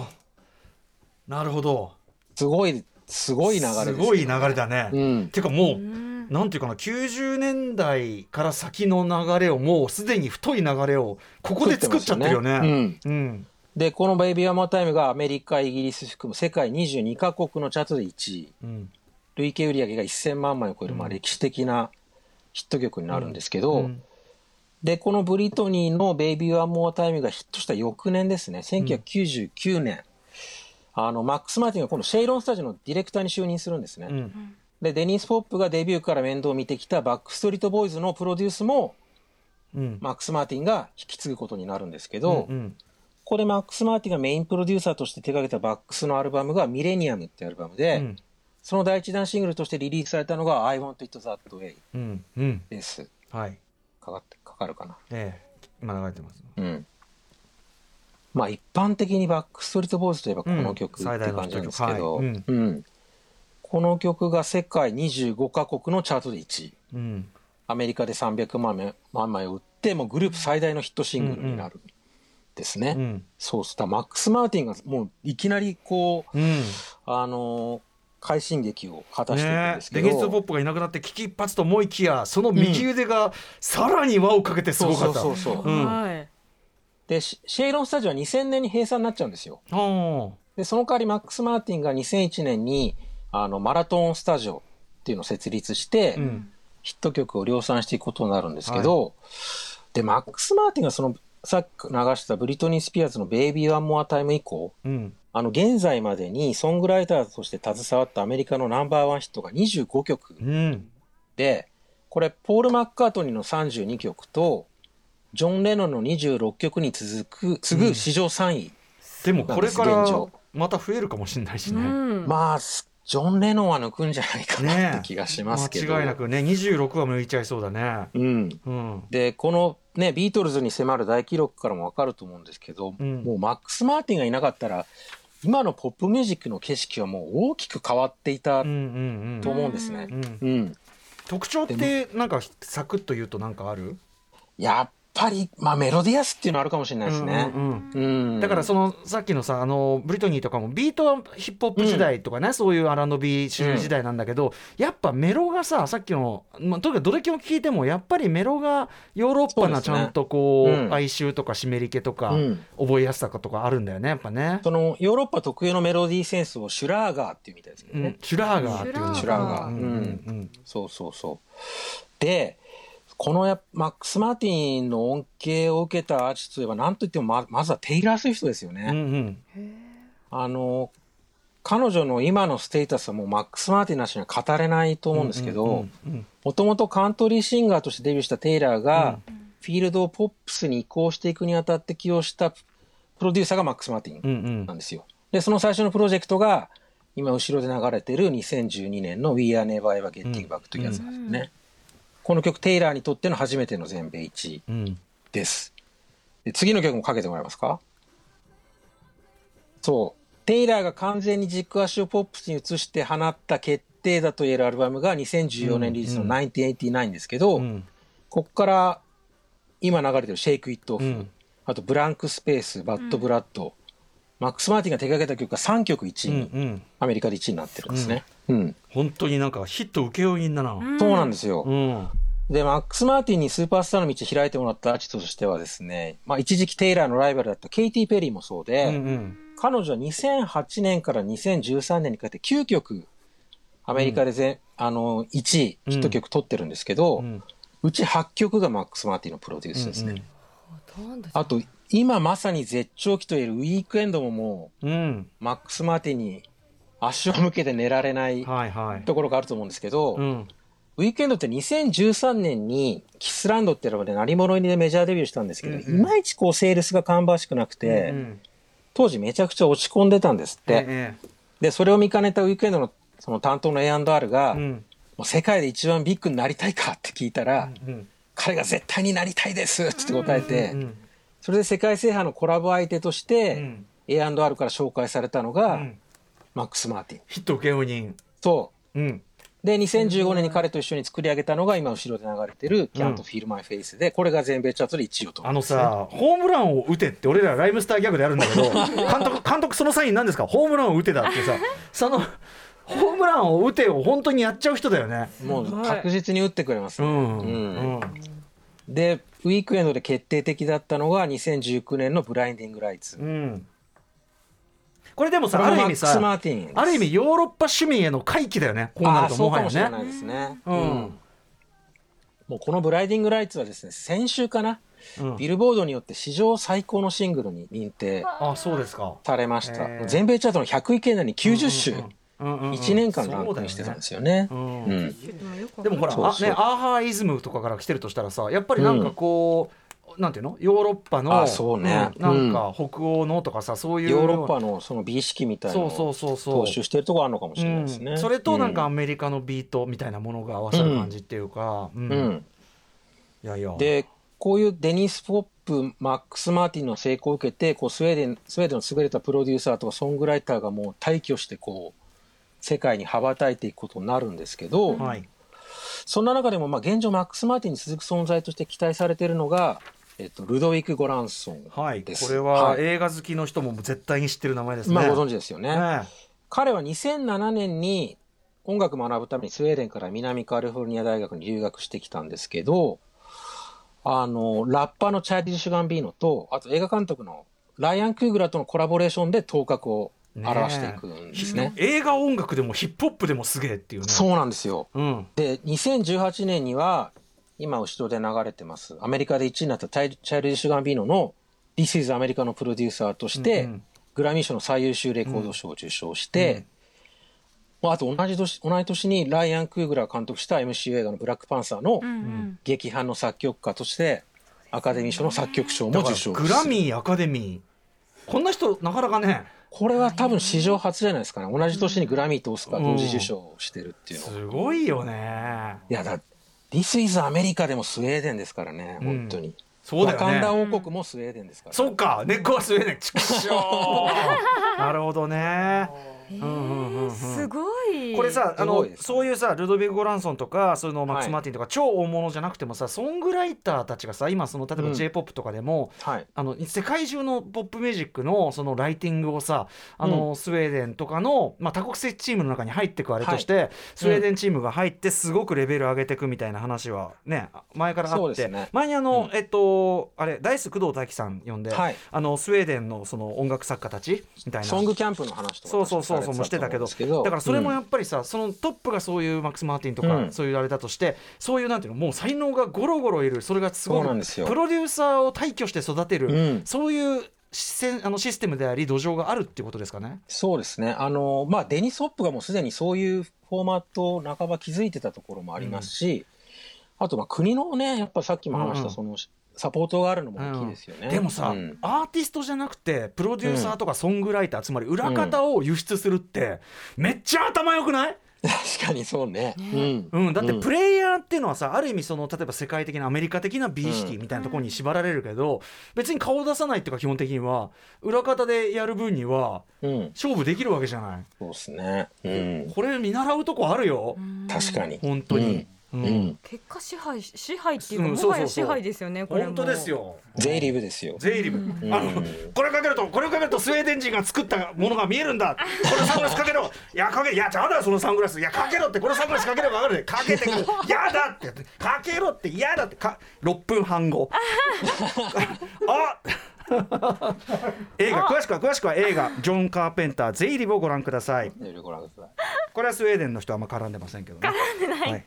S2: なるほど
S4: すごい、すごい流れですす。
S2: ごい流れだね
S4: うん。
S2: てかも
S3: う
S2: うんなんていうかな90年代から先の流れをもうすでに太い流れをここで作っちゃってるよね。
S4: うん。
S2: うん
S4: で、このベイビー・ワン・モー・タイムがアメリカ、イギリス含む世界22カ国のチャートで1位。
S2: うん
S4: 累計売上が1000万枚を超える、まあ歴史的なヒット曲になるんですけ
S2: う
S4: ど、
S2: ん
S4: で、このブリトニーのベイビー・ワン・モー・タイムがヒットした翌年ですね、1999年、あの、マックス・マーティンがこのシェイロン・スタジオのディレクターに就任するんですね。
S2: うん
S4: で、デニス・ポップがデビューから面倒を見てきたバックストリート・ボーイズのプロデュースも、
S2: うん
S4: マックス・マーティンが引き継ぐことになるんですけど、
S2: うん
S4: ここでマックス・マーティンがメインプロデューサーとして手掛けたバックスのアルバムがミレニアムってアルバム
S2: う
S4: で、
S2: ん
S4: その第一弾シングルとしてリリースされたのが I Want It That Way
S2: うんうん
S4: です。
S2: はい
S4: かかって、かかるかな。
S2: ええ今流れてます。
S4: うんまあ一般的にバックストリートボーイズといえばこの曲
S2: う
S4: っ
S2: ん
S4: ていう感じなんですけ
S2: 最
S4: ど、
S2: 大のヒット曲は
S4: う
S2: い
S4: んこの曲が世界25カ国のチャートで1位
S2: うん
S4: アメリカで300万枚万枚を売ってもうグループ最大のヒットシングルになるんですね、
S2: うん
S4: そうしたマックス・マーティンがもういきなりこう
S2: うん
S4: あのー快進撃を果たしていくん
S2: ね
S4: です
S2: え
S4: け
S2: デ
S4: ど、
S2: ニス・ポップがいなくなって危機一髪と思いきやその右腕がさらに輪をかけてす
S4: そう
S2: ごか
S4: そう
S2: った。
S4: そうそう
S2: うん
S3: はい
S4: でシシェイロン・スタジオは2000年に閉鎖になっちゃうんですよ
S2: あー
S4: でその代わりマックス・マーティンが2001年にあのマラトンスタジオっていうのを設立して、
S2: うん
S4: ヒット曲を量産していくことになるんですけど、でマックス・マーティンがそのさっき流したブリトニー・スピアーズの「ベイビー・ワン・モア・タイム」以降
S2: うん
S4: あの現在までにソングライターとして携わったアメリカのナンバーワンヒットが25曲
S2: うん
S4: でこれポール・マッカートニーの32曲とジョン・レノンの26曲に続く次ぐ史上3位、
S2: でもこれから
S4: 現状
S2: また増えるかもしれないし
S3: う
S2: ね。
S3: ん
S4: まあジョン・レノンは抜くんじゃないか
S2: ね
S4: な
S2: え
S4: って気がしますけど、
S2: 間違いなくね26は向いちゃいそうだね。
S4: うん、
S2: うん
S4: でこの、ね、ビートルズに迫る大記録からも分かると思うんですけど、
S2: うん
S4: もうマックス・マーティンがいなかったら今のポップミュージックの景色はもう大きく変わっていた
S2: うんうん
S4: と思うんですね
S2: う。んうん。
S4: うん、
S2: 特徴ってなんかサクッと言うとなんかある？
S4: やっぱり、まあ、メロディアスっていうのはあるかもしれないですね
S2: う。んうんうん
S4: うん
S2: だからそのさっきのさあのブリトニーとかもビートはヒップホップ時代とかね、そういう R&B 主流時代なんだけど、やっぱメロがささっきの、まあ、とにかくどれきを聞いてもやっぱりメロがヨーロッパなち
S4: そうですね
S2: ゃんとこう
S4: うん
S2: 哀愁とか湿り気とか、
S4: うん
S2: 覚えやすさとかあるんだよねやっぱね。
S4: そのヨーロッパ特有のメロディーセンスをシュラーガーっていうみたいですけ
S2: う
S4: どね。
S2: ん、シュラーガーっていうの
S4: シュラーガー
S2: うんうん
S4: そうそうそう。で、このやマックス・マーティンの恩恵を受けたアーティストといえば、なんといってもままずはテイラー・スウィフトですよね。
S2: うんうんうん
S4: あの彼女の今のステータスはもうマックス・マーティンなしには語れないと思うんですけ
S2: うんう
S4: ど
S2: んうん
S4: もともとカントリーシンガーとしてデビューしたテイラーが、フィールドをポップスに移行していくにあたって起用したプロデューサーがマックス・マーティン
S2: うんうん
S4: なんですよ。でその最初のプロジェクトが今後ろで流れてる2012年の「We Are Never Ever Getting Back」というやつなんですね。この曲テイラーにとっての初めての全米1位
S2: うん
S4: です。で次の曲もかけてもらえますかそう。テイラーが完全に軸足をポップスに移して放った決定だと言えるアルバムが2014年リリースの
S2: うん
S4: 1989ですけど、
S2: うん
S4: ここから今流れてるシェイク・イット・オフ、
S2: うん
S4: あとブランク・スペース、バッド・ブラッド、マックス・マーティンが手掛けた曲が3曲1
S2: う
S4: 位
S2: ん
S4: に、
S2: うん
S4: アメリカで1位になってるんですね。うん。
S2: 本当になんかヒット請負人だな。うん
S4: そうなんですよ。
S2: うん
S4: で、マックス・マーティンにスーパースターの道を開いてもらったアーティストとしてはですね、まあ一時期テイラーのライバルだったケイティ・ペリーもそうで、
S2: うん
S4: 彼女は2008年から2013年にかけて9曲、アメリカで全、あの、1位、ヒット曲取ってるんですけど、
S2: う
S4: うんち8曲がマックス・マーティンのプロデュースですね。
S3: なんだ
S4: あと、今まさに絶頂期といえるウィークエンドもも
S2: うんうん
S4: う、マックス・マーティンに足を向けて寝られない
S2: はいはい。
S4: ところがあると思うんですけど、
S2: うん
S4: ウィークエンドって2013年にキスランドってので何者にでメジャーデビューしたんですけど、
S2: うんうん
S4: いまいちこうセールスが芳しくなくて、
S2: うん
S4: 当時めちゃくちゃ落ち込んでたんですって、
S2: え
S4: でそれを見かねたウィークエンドのその担当の A&R が、
S2: えう
S4: も
S2: ん
S4: う世界で一番ビッグになりたいかって聞いたら、
S2: うん
S4: 彼が絶対になりたいですって言って答えて、
S2: うん
S4: それで世界制覇のコラボ相手とし
S2: う
S4: て、
S2: ん
S4: A&R から紹介されたの
S2: う
S4: が、
S2: ん
S4: マックス・マーティン。
S2: ヒット請負人。
S4: そ
S2: うん
S4: う。で、2015年に彼と一緒に作り上げたのが、今後ろで流れてる、キャント・フィール・マイ・フェイスで、これが全米チャートで1位を取
S2: あ
S4: る。
S2: のさ、ホームランを打てって、俺らライムスターギャグでやるんだけ ど、監督、監督、そのサインなんですか、ホームランを打てだってさ、その、ホームランを打てを本当にやっちゃう人だよね。
S4: も
S3: す
S4: う
S3: ごい
S4: 確実に打ってくれます。
S2: うん。
S4: うんで、ウィークエンドで決定的だったのが、2019年のブラインディング・ライツ
S2: う。ん。これでも
S4: こ
S2: さ、
S4: れ
S2: あ
S4: も
S2: る
S4: マ
S2: 意
S4: ッ
S2: 味
S4: クス・マ
S2: さ、
S4: ーティンです。
S2: ある意味ヨーロッパ市民への回帰だよね、こうな
S4: あ
S2: る
S4: あ、
S2: と
S4: そ
S2: も
S4: うか
S2: は
S4: もしれ
S2: や
S4: な
S2: ね。
S4: いですね。
S2: う
S4: うん
S2: ん。
S4: もうこのブライディング・ライツはですね、先週かな、
S2: うん
S4: ビルボードによって史上最高のシングルに認定
S2: あ、そうですか。
S4: されまし
S2: へー
S4: た。全米チャートの100位圏内に90週、
S2: 1
S4: 1年間ランクインしてたんですよね。う
S2: うん
S4: ん
S2: でもほら
S4: そうそう
S2: あね、アーハーイズムとかから来てるとしたらさやっぱりなんかこう、なんていうのヨーロッパの
S4: あそうね
S2: んなんか北欧のとかさそういう
S4: ヨーロッパのその美意識みたいなの
S2: そうそうそ
S4: を
S2: うそう
S4: 踏襲してるとこあるのかもしれないですね。
S2: うんそれとなんかア
S4: う、
S2: メリカのビートみたいなものが合わさる感じっていうか、うん
S4: うん
S2: いやいや
S4: で、こういうデニス・ポップ、マックス・マーティンの成功を受けて、こうスウェーデン、スウェーデンの優れたプロデューサーとかソングライターがもう大挙してこう、世界に羽ばたいていくことになるんですけど、
S2: はい
S4: そんな中でもまあ現状マックス・マーティンに続く存在として期待されているのが、えっと、ルドウィク・ゴランソンです。
S2: はいこれはい映画好きの人も絶対に知ってる名前ですね。
S4: まあご存知ですよね。
S2: ね
S4: 彼は2007年に音楽を学ぶためにスウェーデンから南カリフォルニア大学に留学してきたんですけど、あの、ラッパーのチャーリー・シュガンビーノと、あと映画監督のライアン・クーグラーとのコラボレーションで頭角を
S2: ね
S4: 表していくんですね。
S2: 映画音楽でもヒップホップでもすげえっていうね
S4: そうなんですよ。
S2: うん
S4: で、2018年には、今後ろで流れてます、アメリカで1位になったチャイチャイルディ・シュガンビーノの This is America のプロデューサーとして、
S2: うんうん
S4: グラミー賞の最優秀レコード賞を受賞して、
S2: うん
S4: まああと同じ年同じ年にライアン・クーグラー監督した MCU 映画の「ブラックパンサー」の
S3: うんうん
S4: 劇伴の作曲家としてアカデミー賞の作曲賞も
S2: だか
S4: 受
S2: ら
S4: 賞
S2: グラミーアカデミーこんな人なかなかね
S4: これは多分史上初じゃないですかね同じ年にグラミーとオスカー同時受賞してるっていうのは、い
S2: すごいよね
S4: やだ「This is America」でもスウェーデンですからね本当に、
S2: そうだ
S4: ワカンダ
S2: よね
S4: 王国もスウェーデンですから、
S2: そっか根っこはスウェーデンちくしょ うなるほどね
S3: え
S2: うんうんうんうん
S3: ーすごい
S2: これさあ
S4: すご
S2: の
S4: いですね
S2: そういうさルドビグ・ゴランソンとかそういうのマック
S4: は
S2: ス・
S4: い
S2: マーティンとか、超大物じゃなくてもさソングライターたちがさ今その例えば
S4: うん
S2: j p o p とかでも、
S4: はい、
S2: あの世界中のポップミュージックのそのライティングをさあの、スウェーデンとかの、まあ、多国籍チームの中に入ってくあれとして、スウェーデンチームが入ってすごくレベル上げていくみたいな話はね前からあ
S4: そう
S2: って、
S4: ですね
S2: 前にあの、えっとあれダイス工藤大樹さん呼んで、
S4: はい
S2: あのスウェーデンのその音楽作家たちみたいな
S4: ソングキャンプの話とか
S2: そうそうそうそうもしてたけどだからそれもや
S4: っ
S2: っぱりさ、そのトップがそういうマックス・マーティンとか、
S4: うん
S2: そういうあれだとしてそういうなんていうのもう才能がゴロゴロいるそれがすご
S4: そう
S2: く
S4: なんですよ
S2: プロデューサーを退去して育てる、
S4: うん
S2: そういうシステあのシステムであり土壌があるっていうことですかね。
S4: そうですねあの、まあ、デニス・ホップがもうすでにそういうフォーマットを半ば気づいてたところもありますし、あとまあ国のねやっぱさっきも話し
S2: うんう
S4: た
S2: ん
S4: そのサポートがあるのも大きいですよね、
S2: でもさ、
S4: うん
S2: アーティストじゃなくてプロデューサーとかソングライター、つまり裏方を輸出するって、めっちゃ頭良くない、
S4: 確かにそうね
S3: ね
S4: う
S2: うんん、だって
S4: うん
S2: プレイヤーっていうのはさある意味その例えば世界的なアメリカ的な美意識
S4: うん
S2: みたいなところに縛られるけど、別に顔を出さないっていうか基本的には裏方でやる分には
S4: うん、
S2: 勝負できるわけじゃない、
S4: そうですね、うん、
S2: これ見習うとこあるよ、
S3: うん
S4: 確かに、
S2: 本当に、う
S4: うんんうん、
S3: 結果支配支配っていうか
S2: うん
S3: も
S2: そう
S3: はや
S2: そうそう
S3: 支配ですよねこれも
S2: 本当ですよ
S4: ゼイリブですよ
S2: ゼイリブ、
S4: ん
S2: あのこれかけるとこれをかけるとスウェーデン人が作ったものが見えるんだこのサングラスかけろいやかけいやだだそのサングラスいやかけろってこのサングラスかければ分かるでかけてくるやだってかけろって嫌だってか6分半 後あ映画詳しくは詳しくは映画ジョン・カーペンター「ゼイリブ」をご覧ください
S4: ゼイリブご覧ください
S2: これはスウェーデンの人はあんま絡んでませんけどね絡んでない、はい、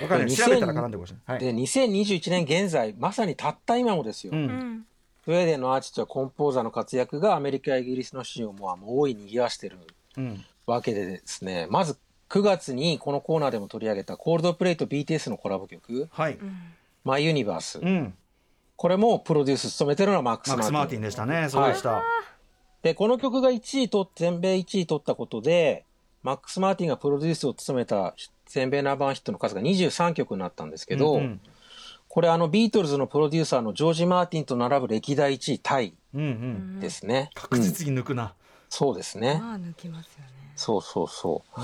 S2: 分かんない
S4: 2000
S2: 調べたら絡んでほしい、はい、
S4: で2021年現在まさにたった今もですよ、
S2: うん
S3: うん
S4: スウェーデンのアーティストやコンポーザーの活躍がアメリカやイギリスの市場ももう大いに賑わしてる
S2: うん
S4: わけでですねまず9月にこのコーナーでも取り上げたコールドプレイと BTS のコラボ曲
S2: はい、
S4: 「マイユニバース
S2: うん、」
S4: これもプロデュース務めてるのはマックス・
S2: マッ
S4: マ
S2: クス・マーテ
S4: ーティン
S2: ィンでしたねそうでした、
S4: でこの曲が1位と全米1位取ったことでマックス・マーティンがプロデュースを務めた全米ナンバーワンヒットの数が23曲になったんですけど、
S2: うん
S4: これあのビートルズのプロデューサーのジョージ・マーティンと並ぶ歴代1位タイ
S2: うんうん、
S4: ですね、
S2: 確
S4: うん
S2: 実に抜くな、
S4: そうですね、
S3: まあ抜きますよね
S4: そうそうそう。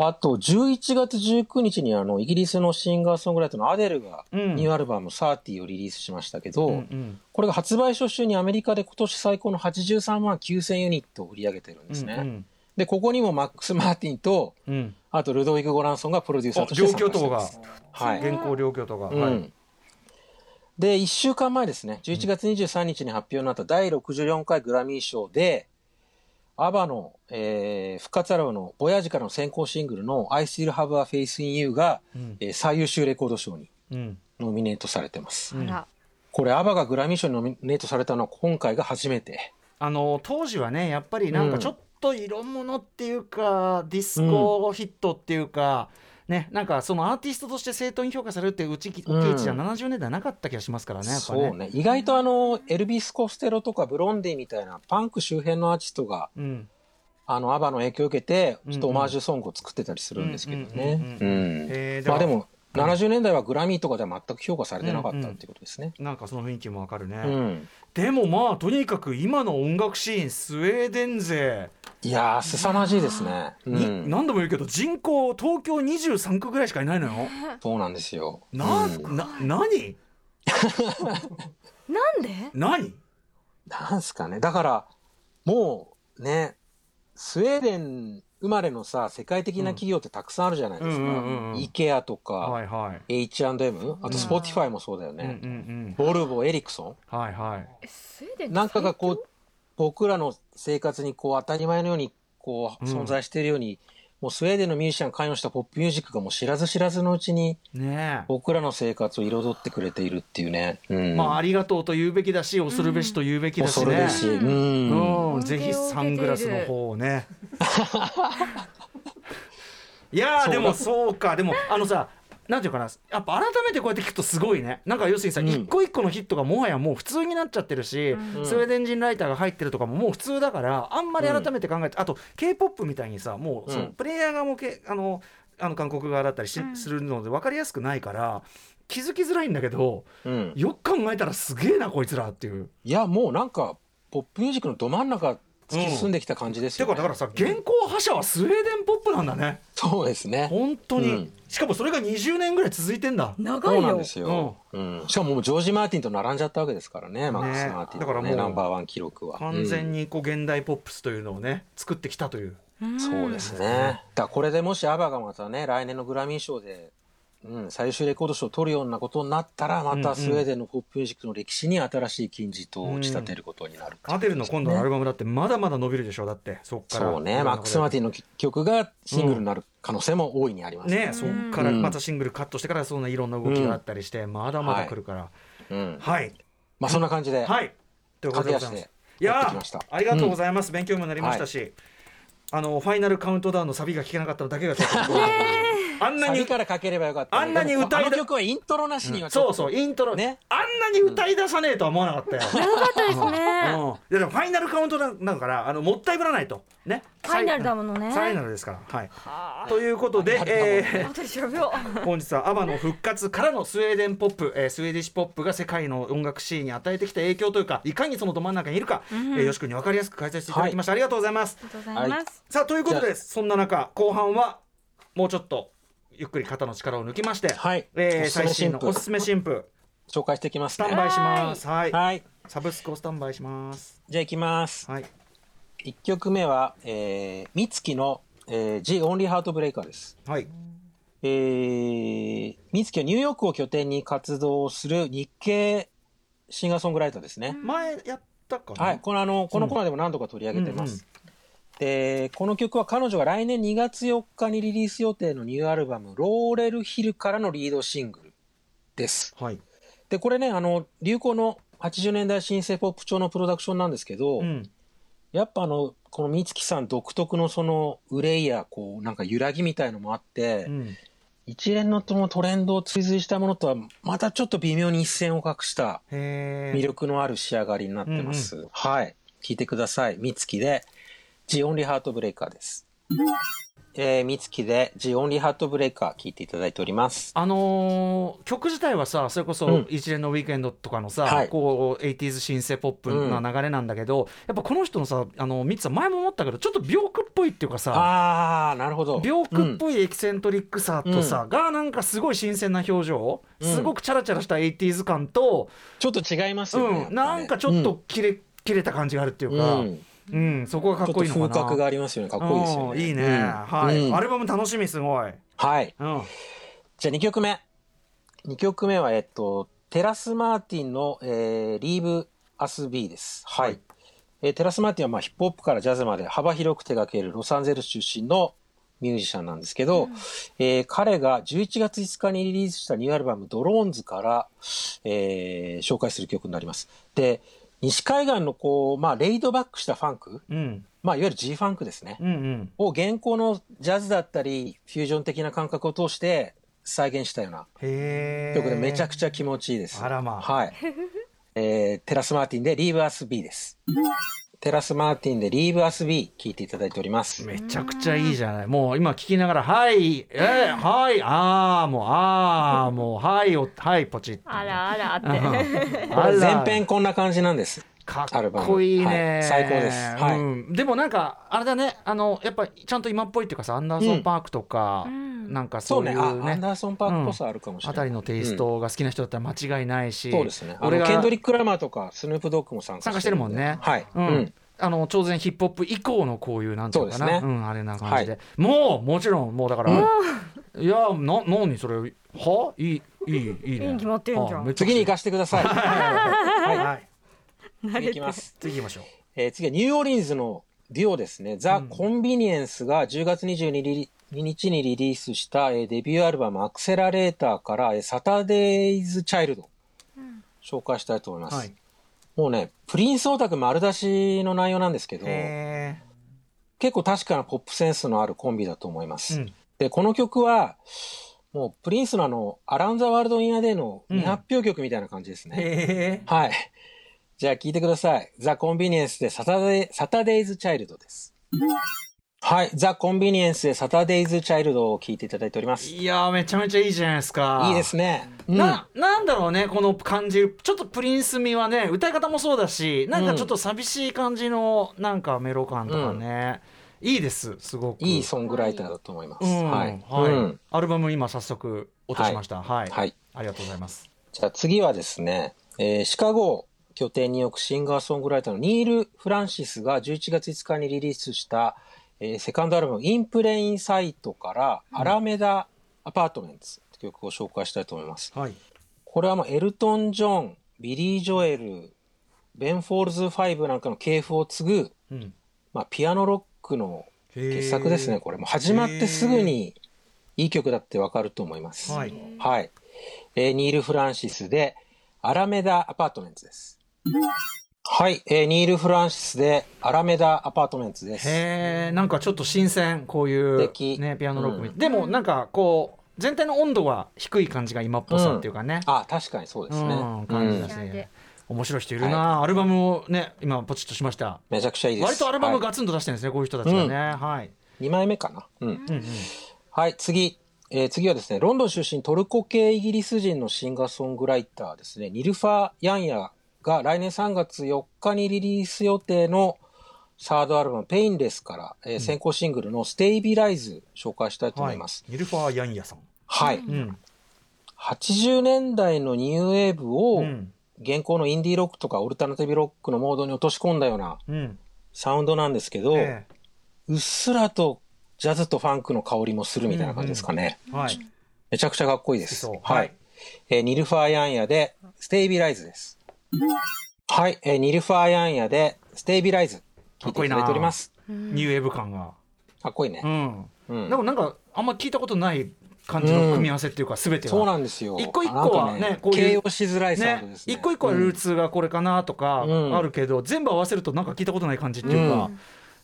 S4: あと、11月19日にあの、イギリスのシンガーソングライターのアデルが、
S2: うん
S4: ニューアルバム30をリリースしましたけど、
S2: うんうん
S4: これが発売初週にアメリカで今年最高の83万9000ユニットを売り上げてるんですね。
S2: うん
S4: で、ここにもマックス・マーティンと、
S2: うんうん
S4: あとルドウィグ・ゴランソンがプロデューサーとして
S2: お
S4: 参加してま
S2: 両
S4: す
S2: 巨。
S4: はい。
S2: 現行両京都が、
S4: う
S2: はい
S4: んで、1週間前ですね、11月23日に発表になった第64回グラミー賞で、アバの、えー復活アルバムのボヤージからの先行シングルの I Still Have a Faith in You が、
S2: うん
S4: えー最優秀レコード賞に
S2: うん
S4: ノミネートされてます。
S3: あら
S4: これ、アバがグラミー賞にノミネートされたのは今回が初めて。
S2: あの当時はねやっぱりなん
S4: う
S2: か
S4: ん
S2: ちょっと色物っていうか、ディスコヒットっていうか、ね、なんかそのアーティストとして正当に評価されるってうちき
S4: うん
S2: ケイチじゃ70年代なかった気がしますからねやっぱ
S4: そうね。意外とあの、エルビス・コステロとかブロンディみたいなパンク周辺のアーティストが、
S2: うん、
S4: あの、アバの影響を受けて、
S2: うん
S4: ちょっとオマージュソングを作ってたりするんですけどね。
S2: うん
S4: うん
S2: えー
S4: まあでも、
S2: うん
S4: 70年代はグラミーとかでは全く評価されてなかったっていうことですね。
S2: なんかその雰囲気もわかるね、
S4: うん
S2: でもまあとにかく今の音楽シーンスウェーデン勢
S4: いやー、凄まじいですね。う
S2: に、
S4: ん、
S2: 何度も言うけど人口東京23区ぐらいしかいないのよ。
S4: そうなんですよ。
S2: な、
S4: うん
S2: な何
S3: なんで
S2: 何
S4: なんすかね。だから、もうね、スウェーデン生まれのさ、世界的な企業ってたくさんあるじゃないですか。
S2: うんうんうんうん
S4: IKEA とか、
S2: はいはい。
S4: H&M、あと Spotify もそうだよ
S2: うんうん
S4: ね。
S2: うん。
S4: ボルボ、エリクソ
S2: はいはい。
S3: えスウェーデン
S4: ンなんかがこう、僕らの生活にこう当たり前のようにこう
S2: うん
S4: 存在しているように、もうスウェーデンのミュージシャンが関与したポップミュージックがもう知らず知らずのうちに
S2: ねえ
S4: 僕らの生活を彩ってくれているっていうね。うん、
S2: まあありがとうと言うべきだし恐るべしと言うべきだし
S4: 恐る
S2: ね
S4: べし。
S3: う
S4: うん
S2: うん、
S3: ん
S2: ぜひサングラスの方をね。いやーでもそうかでもあのさなんていうかなやっぱ改めてこうやって聞くとすごいねなんか要するにさ、
S4: うん
S2: 一個一個のヒットがもはやもう普通になっちゃってるし、
S3: うん
S2: スウェーデン人ライターが入ってるとかももう普通だからあんまり改めて考えて、あと k p o p みたいにさもうその
S4: うん
S2: プレイヤーがもうけあのあの韓国側だったりし、
S3: うん
S2: するので分かりやすくないから気づきづらいんだけど
S4: うん、
S2: よく考えたらすげえなこいつらっていう。
S4: いやもうなんかポップミュージックのど真ん中突き進んできた感じです
S2: て
S4: よ、ね
S2: かだからさ現行覇者はスウェーデンポップなんだね
S4: そうですね。
S2: 本当に、
S4: うん
S2: しかもそれが20年ぐらい続いてんだ
S3: 長
S4: そう
S3: い
S4: なん
S3: よ
S4: ですよ、うんしかももうジョージ・マーティンと並んじゃったわけですからねマックス・マーティン
S2: だから
S4: の、
S2: も
S4: ね
S2: う
S4: ナンバーワン記録は
S2: 完全
S4: に、
S2: にこう現代ポップスというのをね作ってきたという、
S4: うん
S3: ん
S4: そうですね、だからこれでもしアバがまたね来年のグラミー賞で、うん、最終レコード賞を取るようなことになったら
S2: う
S4: ま
S2: んうん
S4: たスウェーデンのポップミュージックの歴史に新しい金字塔を打ち立てることになる、
S2: アデルの今度のアルバムだってまだまだ伸びるでしょうだってそっから
S4: そうねマックス・マーティンの曲がシングルになる可能性も大いにあります、
S2: ねそっから
S4: うん
S2: またシングルカットしてからそんないろんな動きがあったりして、まだまだ来るから
S4: うん
S2: はい
S4: まあそんな感じで、
S2: はい、ということでございます
S4: 駆け足で
S2: いや
S4: やってきました
S2: ーありがとうございます、勉強にもなりましたし、あのファイナルカウントダウンのサビが聞けなかったのだけがちょっと あんな
S4: サ
S2: に
S4: ビからかければよかったね、
S2: あんなに歌いだ
S4: でもあの曲はイントロなしにはちょ
S2: そ
S4: っ
S2: う
S4: と
S2: そうイントロ、
S4: ね
S2: あんなに歌い出さねえとは思わなか ったよ。
S3: 長かったですね
S2: うん、いやでもファイナルカウントダウンだからあのもったいぶらないとね
S3: ファイナルだものね
S2: ファイナルですからはい
S3: はあ
S2: ということで、
S4: はい
S2: え
S3: あと10秒
S2: ー、 本日はアバの復活からのスウェーデンポップ、えー、スウェーディッシュポップが世界の音楽シーンに与えてきた影響というかいかにそのど真ん中にいるか、
S3: ん
S2: えーよし君に分かりやすく解説していただきました、ありがとうございます
S3: ありがとうございます
S2: さあということでそんな中後半はもうちょっとゆっくり肩の力を抜きまして、
S4: はい
S2: えー
S4: おすすめ
S2: 最新の
S4: 新婦
S2: おすすめ新婦
S4: 紹介していきま
S2: ス
S4: す
S2: タン
S4: ね
S2: バイしますはい、
S4: はい
S2: サブスクをスタンバイします
S4: じゃあいきます
S2: はい
S4: 1曲目は、えー、美月の、えー、G オンリーハートブレイカーです
S2: はい
S4: えー、美月はニューヨークを拠点に活動する日系シンガーソングライターですね、
S2: 前やったかな
S4: はい、このあのこのコーナーでも何度か取り上げてます、
S2: うんうん
S4: でこの曲は彼女が来年2月4日にリリース予定のニューアルバム「ローレルヒル」からのリードシングルです
S2: はい
S4: でこれねあの流行の80年代新生ポップ調のプロダクションなんですけど、
S2: うん
S4: やっぱあのこの美月さん独特のその憂いやこうなんか揺らぎみたいのもあって、
S2: うん
S4: 一連のともトレンドを追随したものとはまたちょっと微妙に一線を画した
S2: へ
S4: 魅力のある仕上がりになってます、はい聞いてください美月で「ジオンリーハートブレイカー」です、えー、美月で「ジオンリーハートブレイカー」聞いていただいております
S2: あのー曲自体はさそれこ
S4: う
S2: そ
S4: ん
S2: 一連のウィークエンドとかのさ、
S4: はい
S2: こう 80s シンセポップな流れなんだけど、やっぱこの人のさあのミツさん前も思ったけどちょっと病苦っぽいっていうかさ
S4: あーなるほど
S2: 病苦っぽいエキセントリックさとさ、がなんかすごい新鮮な表情、
S4: うん
S2: すごくチャラチャラした 80s 感と、
S4: ちょっと違いますよね、やっぱ
S2: うん、
S4: ね、
S2: なんかちょっと切れ,、切れた感じがあるっていううんか、
S4: う
S2: うん
S4: ん
S2: そこがかっこいい
S4: ち
S2: の
S4: ょっと
S2: かな
S4: 風格がありますよねかっこいいですよ
S2: うん
S4: ね
S2: いいね、
S4: うん
S2: はい、
S4: うん
S2: アルバム楽しみすごい、
S4: はい
S2: うん、
S4: じゃあ2曲目。2曲目は、えっと、テラス・マーティンの、えー、Leave Us Be です。はい。
S2: はい
S4: えーテラス・マーティンは、まあ、ヒップホップからジャズまで幅広く手掛けるロサンゼルス出身のミュージシャンなんですけど、えー彼が11月5日にリリースしたニューアルバムドローンズから、えー紹介する曲になります。で、西海岸のこう、まあ、レイドバックしたファンク、
S2: うん
S4: まあ、いわゆる G ファンクですね。
S2: うんうん
S4: を現行のジャズだったり、フュージョン的な感覚を通して再現したような
S2: へえ
S4: 曲でめちゃくちゃ気持ちいいです。
S2: あらまあ
S4: はい。 えーテラスマーティンで Leave Us Be です。テラスマーティンで Leave Us Be 聞いていただいております。
S2: めちゃくちゃいいじゃない。もう今聞きながら、はい、えー、はい、ああ、もう、ああ、もう、はい、お、はい、ポチッ。
S3: あらあらって
S2: あら
S4: 前編こんな感じなんです。
S2: かっこいいね、
S4: はい最高ですはい
S2: うん、でもなんかあれだねあのやっぱちゃんと今っぽいっていうかさアンダーソン・パークとか、
S3: うん
S2: なんか
S4: そ
S2: そううい
S4: ね。
S2: う
S4: あ、
S2: ね
S4: アンダーソンパークっぽさあるかもしれ
S2: あ
S4: な
S2: た
S4: い。
S2: りのテイストが好きな人だったら間違いないし、
S4: そうですね。あ
S2: 俺
S4: の
S2: が
S4: ケンドリック・ラマーとかスヌープ・ドッグも参加
S2: 参加してるもん
S4: ね。
S2: ね。
S4: はい。
S2: う
S4: うんん。
S2: あの当然ヒップホップ以降のこういうなんていうのかな
S4: そう
S2: う、
S4: ですね
S2: ん、あれな感じで、もうもちろんもうだから、いやな何それはいいいいいいね
S3: いいに決まってんじゃん
S2: あめっちゃ
S4: 次に行かせてく ださい。
S2: はいはいはい
S4: 次行きます。
S2: 次行きましょう
S4: えー次はニューオーリンズのデュオですね、ザ・
S2: うん
S4: コンビニエンスが10月22リリ日にリリースしたえーデビューアルバム、アクセラレーターから、えーサタデイズ・チャイルド、
S3: うん
S4: 紹介したいと思います。
S2: はい。
S4: もうね、プリンスオタク丸出しの内容なんですけど、
S2: へ
S4: 結構確かなポップセンスのあるコンビだと思いま
S2: ー
S4: す。
S2: うん。
S4: で、この曲は、もうプリンスのあの、アラウンザ・ワールド・イン・ア・デーの未発表曲みたいな感じですね。
S2: へー
S4: はい。じゃあ聞いてください。ザ・コンビニエンスでサタデーサタデイズ・チャイルドです。はい。ザ・コンビニエンスでサタデイズ・チャイルドを聞いていただいております。い
S2: いやーめちゃめちゃいいじゃないですか。
S4: いですね。うん、
S2: ななんだろうねこの感じるちょっとプリンス味はね歌い方もそうだしなんかちょっと寂しい感じのなんかメロ感とかね、いいですすごく
S4: いいソングライターだと思います。
S2: うん
S4: は
S2: はいい、。
S4: うん
S2: アルバム今早速落としましたはい、
S4: はい。
S2: ありがとうございます
S4: じゃあ次はですね、えーシカゴを拠点に置くシンガーソングライターのニール・フランシスが11月5日にリリースした、えーセカンドアルバム「インプレインサイト」から「アラメダ・アパートメンツ」という曲を紹介したいと思います。
S2: はい
S4: これはもうエルトン・ジョン、ビリー・ジョエル、ベン・フォールズ5なんかの系譜を継ぐ、
S2: うん
S4: まあ、ピアノロックの傑作ですね、これ。もう始まっ
S2: へ
S4: て
S2: ー
S4: すぐにいい曲だってわかると思います。
S2: はい
S4: はい。えーニール・フランシスで、アラメダ・アパートメンツです。はい、えーニール・フランシスで、アラメダ・アパートメンツです。
S2: へえんかちょっと新鮮こうい
S4: 素
S2: う、
S4: 敵
S2: ね、ピアノロックみたい、
S4: う
S2: でもなんかこう全体の温度は低い感じが今っぽさっていうかね、
S4: あ、確かにそうです
S2: う
S4: ね。
S2: ん
S4: う
S2: 感じ
S4: ん
S2: だし、
S3: うん
S2: ね面白い人いるな、アルバムをね今ポチッとしました
S4: めちゃくちゃいいです。
S2: 割とアルバム
S4: は
S2: ガツンと出してるんですね、こういう人たちがね、はい、
S4: い、2枚目かな。うん。
S2: うんうん、
S4: はい、次。えー次はですね、ロンドン出身トルコ系イギリス人のシンガーソングライターですね、ニルファ・ヤンヤが来年3月4日にリリース予定のサードアルバム、ペインレスから、えー先行シングルのステイビライズ紹介したいと思います。
S2: ニルファー・ヤンヤさん、
S4: はい。
S2: うん
S4: 80年代のニューウェーブを
S2: うん
S4: 現行のインディーロックとかオルタナティブロックのモードに落とし込んだような
S2: うん
S4: サウンドなんですけど、
S2: え
S4: うっすらとジャズとファンクの香りもするみたいな感じですかね。
S2: えはい、
S4: めちゃくちゃかっこいいで
S2: 好
S4: す。
S2: きそう
S4: は
S2: はいい。
S4: えーニルファーヤンヤで、ステイビライズです。はい。えーニルファーヤンヤで、ステイビライズ。聞いていただいております。
S2: ニューウェーブ感が、
S4: かっこいいうね。
S2: ん
S4: うん
S2: でもなんかあんま聞いたことない感じの組み合わせっていうか、すべてが
S4: そうなんですよ。
S2: 一個一個はね
S4: なんか
S2: こういう
S4: 形容しづらいサウンド
S2: ね
S4: ですね。
S2: 一個一個はルーツがこれかなとか
S4: うん
S2: あるけど、全部合わせるとなんか聞いたことない感じっていうか、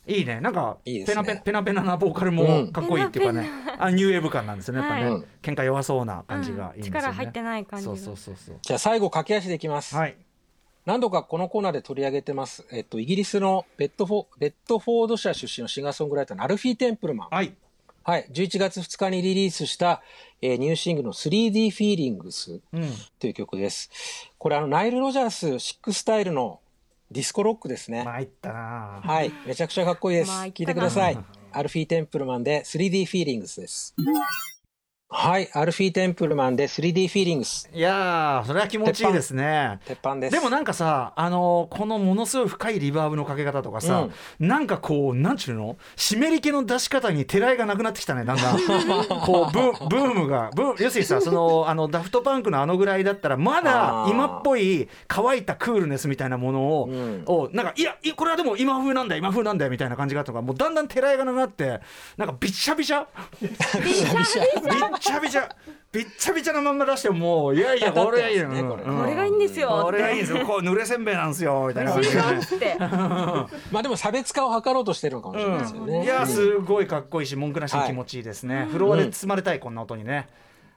S2: いいねなんか
S4: いいで
S2: ペ
S4: すね
S2: ナペペナペナなボーカル
S4: う
S2: も
S4: ん
S2: かっこいいっていうかね、あニューウェーブ感なんですよねやっぱね、
S4: はい
S2: 喧嘩弱そうな感じがいいんですよね、
S3: 力入ってない感じ
S2: そ
S3: が
S2: うそうそうそう
S4: じゃあ最後、駆け足でいきます。
S2: はい
S4: 何度かこのコーナーで取り上げてます、えっと、イギリスのベッドフォベッドフォード社出身のシンガーソングライターのアルフィー・テンプルマン。
S2: はい
S4: はい。11月2日にリリースした、えーニューシングルの 3D フィーリングス
S2: うん
S4: という曲です。これあのナイル・ロジャース・シックスタイルのディスコロックですね。
S2: 参ったなあ
S4: はい、めちゃくちゃかっこいいです。
S3: まあ
S4: 聞いてください
S2: うん。
S4: アルフィー・テンプルマンで 3D フィーリングスです。はい、アルフィー・テンプルマンで 3D フィーリングス。
S2: いやーそれは気持ちいいですね
S4: 鉄板です。
S2: でもなんかさ、あのーこのものすごい深いリバーブのかけ方とかさ、なんかこうなんちゅうの湿り気の出し方にてらいがなくなってきたねなんかこうブーブームがブー要するにさそのあのダフトパンクのあのぐらいだったらまだ
S4: あー
S2: 今っぽい乾いたクールネスみたいなものを,、
S4: うん
S2: をなんかいやいこれはでも今風なんだ今風なんだよみたいな感じがあったのがもうだんだんてらいがなくなってなんかびっしゃびしゃびっちゃびちゃびっちゃびちゃなまんま出してもういやいやこれはいいよ、
S4: ねこれ
S2: うん
S3: これがいいんですよ
S2: これがいいんですよこう濡れせんべいなんですよみたいな感じでね
S3: って
S4: まあでも差別化を図ろうとしてるのかもしれないですよね。
S2: うん、いや
S4: うん
S2: すごいかっこいいし文句なしに気持ちいいですね、フロアで包まれたいこんな音にね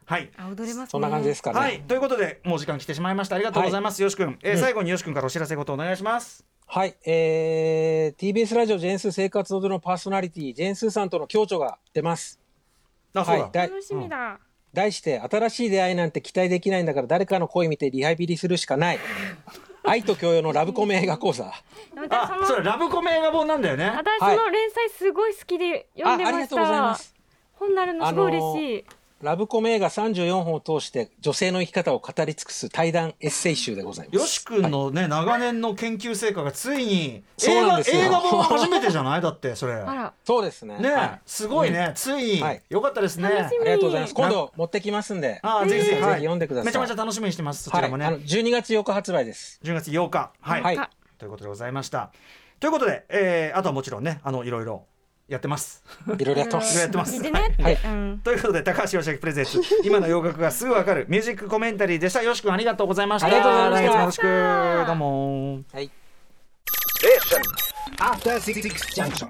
S2: はい、
S3: あ踊れますね
S4: そんな感じですかね。
S2: はい、ということでもう時間来てしまいましたありがとうございます、よし君、えー最後によし君からお知らせことお願いします
S4: はい、えー、TBS ラジオジェーンスー生活踊るのパーソナリティ、ジェーンスーさんとの共著が出ます。
S2: あそうだ、
S4: はい、題
S3: 楽しみだ
S4: 題して、新しい出会いなんて期待できないんだから、誰かの恋見てリハビリするし かない。愛と教養のラブコメ映画講座。
S3: 私そ
S2: あ
S3: の
S2: それラブコメ映画本なんだよね
S3: 私
S4: はい
S3: その連載すごい好きで読んで
S4: ああり
S3: ま
S4: が
S3: し
S4: とうござい
S3: た
S4: ます。
S3: 本なるのすごい嬉しい
S4: ラブコメ映画34本を通して、女性の生き方を語り尽くす対談エッセイ集でございます。
S2: よし君のね、長年の研究成果がついに
S4: そう
S2: 映
S4: なん
S2: 画
S4: ですよ
S2: 映画本は初めてじゃないだってそれ
S3: あら
S4: そうですね。
S2: ね、
S4: はい
S2: すごいね、ついに、
S4: はい
S2: よかったですね
S3: 楽し
S4: あ
S3: み
S4: りがとうございます。今度持ってきますんで。
S2: あーぜひぜひ、
S4: ぜひ読んでください
S2: めちゃめちゃ楽しみにしてますそ
S4: は
S2: ち
S4: い、
S2: ら
S4: あ
S2: も
S4: の
S2: ね、
S4: 12月8日発売です。
S2: 10月8日はい、
S4: はい
S2: ということでございましたということで、えーあとはもちろんねあのいろいろやってます。
S4: いろいろやってま
S2: いろいろや
S4: す
S2: っ。て ます
S3: 聞いてねって、
S4: はい
S3: うん。
S2: ということで高橋よしプレゼン ツ今の洋楽がすぐわかるミュージックコメンタリーでしたよしくんありがとうございました
S4: ありがとうございました
S2: 来月もよろしくどうも
S4: はい
S1: After Six Junction.